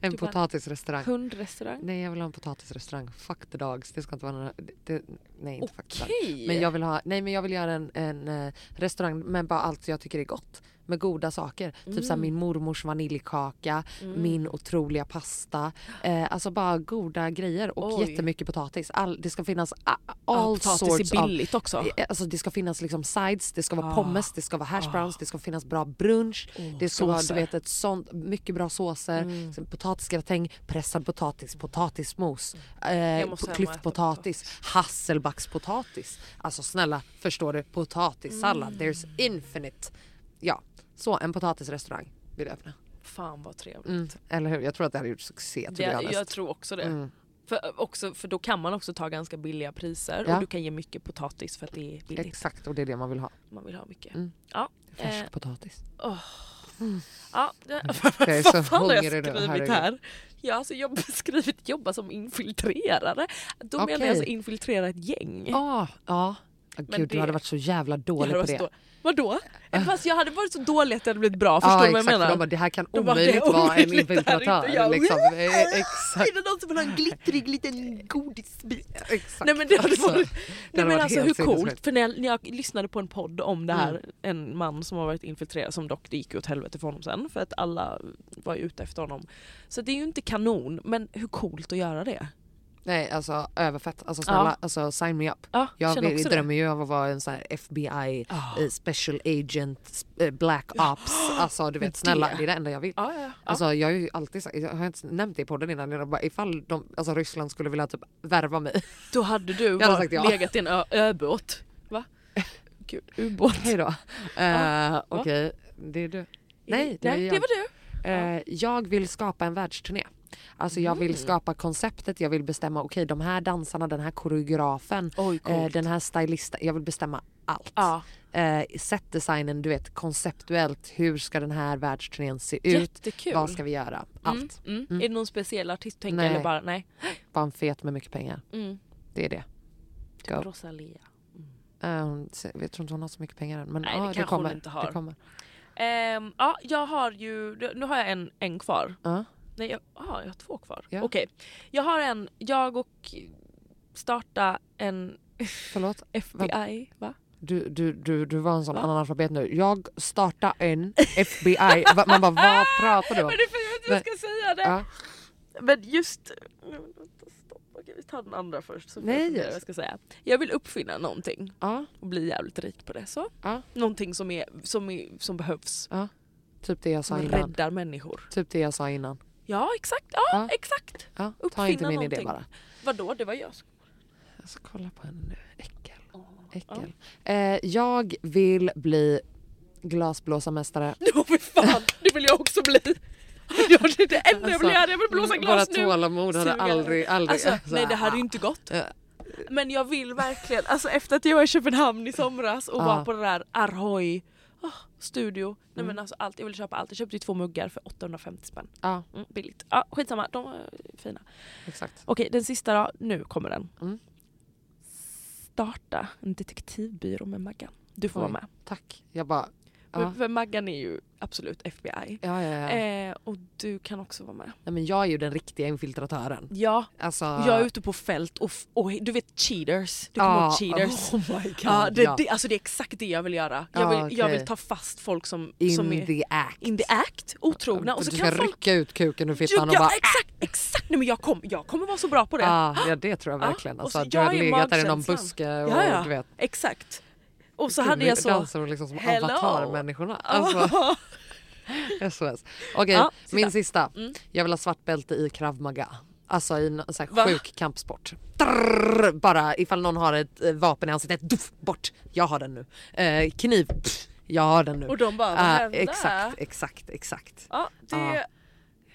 Speaker 2: En
Speaker 1: Du bara-
Speaker 2: potatisrestaurang.
Speaker 1: Hundrestaurang?
Speaker 2: Nej jag vill ha en potatisrestaurang. Fuck the dogs. Det ska inte vara några... Det, det, nej inte fuck the dogs.
Speaker 1: Okej!
Speaker 2: Men jag vill ha, nej men jag vill göra en, en eh, restaurang med bara allt jag tycker är gott. Med goda saker. Typ
Speaker 1: Mm.
Speaker 2: såhär min mormors vaniljkaka, min otroliga pasta. Eh, alltså bara goda grejer och
Speaker 1: Oj.
Speaker 2: jättemycket potatis. All, det ska finnas a-
Speaker 1: Ja,
Speaker 2: all
Speaker 1: Potatis
Speaker 2: sorts
Speaker 1: är
Speaker 2: av
Speaker 1: billigt också.
Speaker 2: Eh, Alltså det ska finnas liksom sides, det ska vara
Speaker 1: Ah. Oh.
Speaker 2: pommes, det ska vara hash browns, det ska finnas bra brunch. det ska vara
Speaker 1: såser. Mm.
Speaker 2: du vet, ett sånt, mycket bra såser. Sen Potatisgratäng, pressad potatis, potatismos, eh,
Speaker 1: Mm. måste hem och
Speaker 2: klyftpotatis, hasselbackspotatis. Alltså snälla förstår du, potatissallad.
Speaker 1: Mm.
Speaker 2: There's infinite. Ja, så en potatisrestaurang vill jag öppna.
Speaker 1: Fan vad trevligt.
Speaker 2: Mm. Eller hur? Jag tror att det hade gjort succé.
Speaker 1: Det,
Speaker 2: Det,
Speaker 1: jag,
Speaker 2: jag
Speaker 1: tror också det.
Speaker 2: Mm.
Speaker 1: För, eh, också, för då kan man också ta ganska billiga priser
Speaker 2: Ja.
Speaker 1: och du kan ge mycket potatis för att det är billigt.
Speaker 2: Exakt, och det är det man vill ha.
Speaker 1: Man vill ha mycket.
Speaker 2: Mm.
Speaker 1: Ja.
Speaker 2: Färsk
Speaker 1: Eh.
Speaker 2: potatis.
Speaker 1: ja. det-
Speaker 2: Jag är Mm. så
Speaker 1: Vad fan har jag
Speaker 2: hungrig nu,
Speaker 1: skrivit
Speaker 2: herregud.
Speaker 1: här? Jag har alltså jobb, skrivit jobba som infiltrerare. Då menar jag
Speaker 2: Okej.
Speaker 1: alltså infiltrera ett gäng.
Speaker 2: Ah, ja, Ah,
Speaker 1: Men
Speaker 2: Gud,
Speaker 1: det-
Speaker 2: du hade varit så jävla
Speaker 1: Jag hade
Speaker 2: dålig på
Speaker 1: varit
Speaker 2: det.
Speaker 1: så då- Vadå? Eh, Fast jag hade varit så dålig att det hade blivit bra,
Speaker 2: Ja,
Speaker 1: förstår du vad jag
Speaker 2: exakt, för
Speaker 1: menar?
Speaker 2: De bara, det här kan
Speaker 1: De bara, det är
Speaker 2: omöjligt vara en
Speaker 1: omöjligt, det här är inte
Speaker 2: infiltratör.
Speaker 1: jag.
Speaker 2: Liksom. Eh, Exakt.
Speaker 1: Är det någon som vill ha en glittrig liten godisbit?
Speaker 2: exakt.
Speaker 1: Nej men det hade
Speaker 2: Alltså,
Speaker 1: varit...
Speaker 2: det
Speaker 1: Nej, men
Speaker 2: hade varit
Speaker 1: alltså hur
Speaker 2: helt
Speaker 1: coolt,
Speaker 2: sinnessjukt. Mm.
Speaker 1: för när jag, när jag lyssnade på en podd om det här, en man som har varit infiltrerad som dock det gick ju åt helvete för honom sen för att alla var ju ute efter honom. Så det är ju inte kanon, men hur coolt att göra det?
Speaker 2: Nej alltså överfett. Alltså snälla,
Speaker 1: Ja.
Speaker 2: alltså, sign me up.
Speaker 1: Ja,
Speaker 2: Jag
Speaker 1: känner
Speaker 2: vill,
Speaker 1: också
Speaker 2: drömmer ju om att vara en sån här FBI
Speaker 1: Ja.
Speaker 2: eh, special agent, sp- eh, black ops. Alltså du vet snälla,
Speaker 1: det-
Speaker 2: det är det enda jag vill.
Speaker 1: det. Ja, ja, ja.
Speaker 2: Alltså jag har ju alltid sagt, jag har inte nämnt det i podden innan, jag bara, ifall de, alltså, Ryssland skulle vilja typ värva mig.
Speaker 1: Då hade du
Speaker 2: hade
Speaker 1: bara
Speaker 2: sagt ja.
Speaker 1: legat i en ö- öbåt. Va? Gud, ubåt.
Speaker 2: Hej då. Eh, Okej, det är du. Nej, det, är
Speaker 1: Nej,
Speaker 2: jag.
Speaker 1: det var du.
Speaker 2: Eh, jag vill skapa en världsturné. Alltså jag
Speaker 1: Mm.
Speaker 2: vill skapa konceptet, jag vill bestämma okej de här dansarna, den här koreografen,
Speaker 1: Oj,
Speaker 2: eh,
Speaker 1: coolt.
Speaker 2: den här stylisten. Jag vill bestämma allt.
Speaker 1: Ja.
Speaker 2: Eh, setdesignen, du vet konceptuellt, hur ska den här världsturnén se
Speaker 1: Jättekul.
Speaker 2: ut? Vad ska vi göra? Allt.
Speaker 1: Mm. Är det någon speciell artist du tänker
Speaker 2: Nej.
Speaker 1: eller bara nej?
Speaker 2: Bara en fet med mycket pengar.
Speaker 1: Mm.
Speaker 2: Det är det. Go.
Speaker 1: Rosalia.
Speaker 2: Eh, se- jag tror inte hon har så mycket pengar än men
Speaker 1: Nej,
Speaker 2: ja,
Speaker 1: det
Speaker 2: det,
Speaker 1: kanske hon
Speaker 2: kommer.
Speaker 1: inte har.
Speaker 2: Det kommer.
Speaker 1: Ehm, ja, jag har ju, nu har jag en, en kvar.
Speaker 2: Ja.
Speaker 1: Nej, jag, ah, jag har två kvar.
Speaker 2: Ja.
Speaker 1: Okej. Jag har en, jag och starta en
Speaker 2: Förlåt,
Speaker 1: FBI, va?
Speaker 2: Du, du, du, du var en sån analfabet nu. Jag startar en FBI. Va- Man bara vad pratar du om?
Speaker 1: Men det är för att jag
Speaker 2: Men-
Speaker 1: inte ska säga det.
Speaker 2: Ja.
Speaker 1: Men just... Nej, men vänta, stopp. Okej, vi tar den andra först. Så får
Speaker 2: Nej.
Speaker 1: jag, fundera vad jag, ska säga. jag vill uppfinna någonting
Speaker 2: Ja,
Speaker 1: och bli jävligt rik på det. Så.
Speaker 2: Ja.
Speaker 1: Någonting som, är, som, är, som behövs.
Speaker 2: typ det jag sa
Speaker 1: Som
Speaker 2: innan.
Speaker 1: räddar människor.
Speaker 2: Typ det jag sa innan.
Speaker 1: Ja exakt, ja,
Speaker 2: Ja.
Speaker 1: exakt.
Speaker 2: Ja, ta
Speaker 1: Uppfinna
Speaker 2: inte min idé
Speaker 1: någonting.
Speaker 2: bara.
Speaker 1: Vadå det var jag som...
Speaker 2: Alltså kolla på henne nu. Äckel. Äckel. Eh, jag vill bli glasblåsarmästare.
Speaker 1: Åh fy fan, det vill jag också bli. Ja, det är det enda jag vill
Speaker 2: Alltså,
Speaker 1: göra, jag vill blåsa glas
Speaker 2: Våra
Speaker 1: nu.
Speaker 2: tålamod hade
Speaker 1: Suga.
Speaker 2: aldrig, aldrig...
Speaker 1: Alltså,
Speaker 2: så
Speaker 1: nej
Speaker 2: här,
Speaker 1: det här är
Speaker 2: ah.
Speaker 1: ju inte gott.
Speaker 2: Ja.
Speaker 1: Men jag vill verkligen, alltså efter att jag var i Köpenhamn i somras och
Speaker 2: Ja.
Speaker 1: var på det där Arhoi ah, studio. Nej
Speaker 2: Mm.
Speaker 1: men alltså allt, jag ville köpa allt. Jag köpte ju två muggar för 850 spänn.
Speaker 2: Ja,
Speaker 1: Mm, billigt. Ja, skitsamma, de var fina.
Speaker 2: exakt.
Speaker 1: Okej, den sista då. Nu kommer den.
Speaker 2: Mm.
Speaker 1: Starta en detektivbyrå med Maggan. Du får
Speaker 2: Oj.
Speaker 1: vara med.
Speaker 2: Tack. Jag bara...
Speaker 1: Men-
Speaker 2: Ja,
Speaker 1: För Maggan är ju absolut FBI.
Speaker 2: ja, ja. ja.
Speaker 1: Eh, och du kan också vara med.
Speaker 2: Nej, men jag är ju den riktiga infiltratören.
Speaker 1: Ja,
Speaker 2: Alltså...
Speaker 1: jag är ute på fält och, f- och du vet cheaters. Du kommer ihåg cheaters.
Speaker 2: Oh my god.
Speaker 1: Ja, det,
Speaker 2: ja.
Speaker 1: det, alltså det är exakt det jag vill göra. Jag
Speaker 2: Ja,
Speaker 1: vill, jag
Speaker 2: okej.
Speaker 1: vill ta fast folk som,
Speaker 2: In
Speaker 1: som är
Speaker 2: the act.
Speaker 1: in the act, otrogna. Och så
Speaker 2: du
Speaker 1: kan
Speaker 2: ska
Speaker 1: folk...
Speaker 2: rycka ut kuken ur
Speaker 1: Ja,
Speaker 2: fittan och bara...
Speaker 1: ja, exakt, exakt! Nej, men jag, kom, jag kommer vara så bra på det.
Speaker 2: Ah, ja det tror jag
Speaker 1: Ja,
Speaker 2: verkligen.
Speaker 1: och
Speaker 2: Alltså,
Speaker 1: så
Speaker 2: du hade
Speaker 1: jag är
Speaker 2: legat där i någon
Speaker 1: magkänslan.
Speaker 2: buske och
Speaker 1: Ja, ja.
Speaker 2: du vet.
Speaker 1: Exakt. Och så
Speaker 2: gud,
Speaker 1: hade
Speaker 2: vi
Speaker 1: jag så...
Speaker 2: dansar liksom som
Speaker 1: hello.
Speaker 2: avatarmänniskorna. Alltså, SOS. Okej,
Speaker 1: Ja, Mm. sista.
Speaker 2: min sista. Jag vill ha svart bälte i krav maga. Alltså i någon så här
Speaker 1: Va?
Speaker 2: sjuk kampsport. Trrr, bara ifall någon har ett eh, vapen i ansiktet, duff, bort. Jag har den nu. Eh, kniv, pff, jag har den nu.
Speaker 1: Och de bara, vad
Speaker 2: Eh,
Speaker 1: hände?
Speaker 2: Exakt, exakt, exakt.
Speaker 1: Ja, det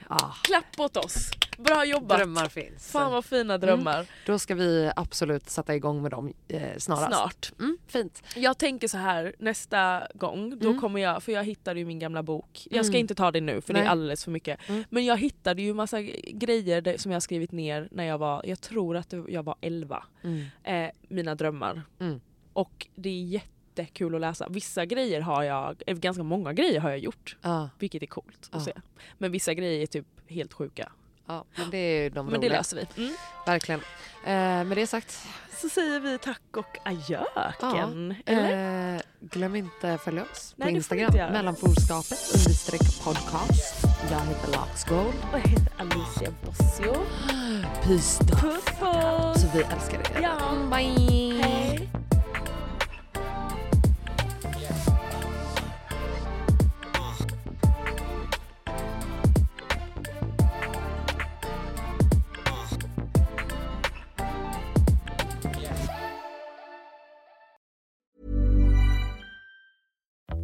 Speaker 2: Ja. Ah,
Speaker 1: Klapp åt oss! Bra jobbat!
Speaker 2: drömmar finns.
Speaker 1: Fan vad fina drömmar.
Speaker 2: Då ska vi absolut sätta igång med dem eh, Mm. snarast.
Speaker 1: Snart.
Speaker 2: Mm, fint.
Speaker 1: Jag tänker så här nästa gång, då kommer jag, för jag hittade ju min gamla bok. Jag ska inte ta det nu för det
Speaker 2: Nej.
Speaker 1: är alldeles för mycket. Men jag hittade ju massa grejer där- som jag har skrivit ner när jag var, jag tror att det- jag var 11. Eh, mina drömmar.
Speaker 2: Mm.
Speaker 1: Och det är jättekul att läsa. Vissa grejer har jag, eh, ganska många grejer har jag gjort.
Speaker 2: Ja,
Speaker 1: Vilket är coolt att
Speaker 2: Ja.
Speaker 1: se. Men vissa grejer är typ helt sjuka.
Speaker 2: ja, men det är ju de
Speaker 1: Men det
Speaker 2: roliga.
Speaker 1: löser vi. Mm.
Speaker 2: Verkligen. Eh, med det sagt,
Speaker 1: Så säger vi tack och ajöken. Eller?
Speaker 2: eh, glöm inte att följa oss
Speaker 1: Nej,
Speaker 2: på
Speaker 1: det får du
Speaker 2: Instagram.
Speaker 1: inte göra.
Speaker 2: Mellanforskapet understreck podcast. Jag heter Laxgold.
Speaker 1: Och jag heter Alicia Bossio.
Speaker 2: Peace då.
Speaker 1: Puss puss!
Speaker 2: Så vi älskar er.
Speaker 1: Ja.
Speaker 2: Bye.
Speaker 1: Hej.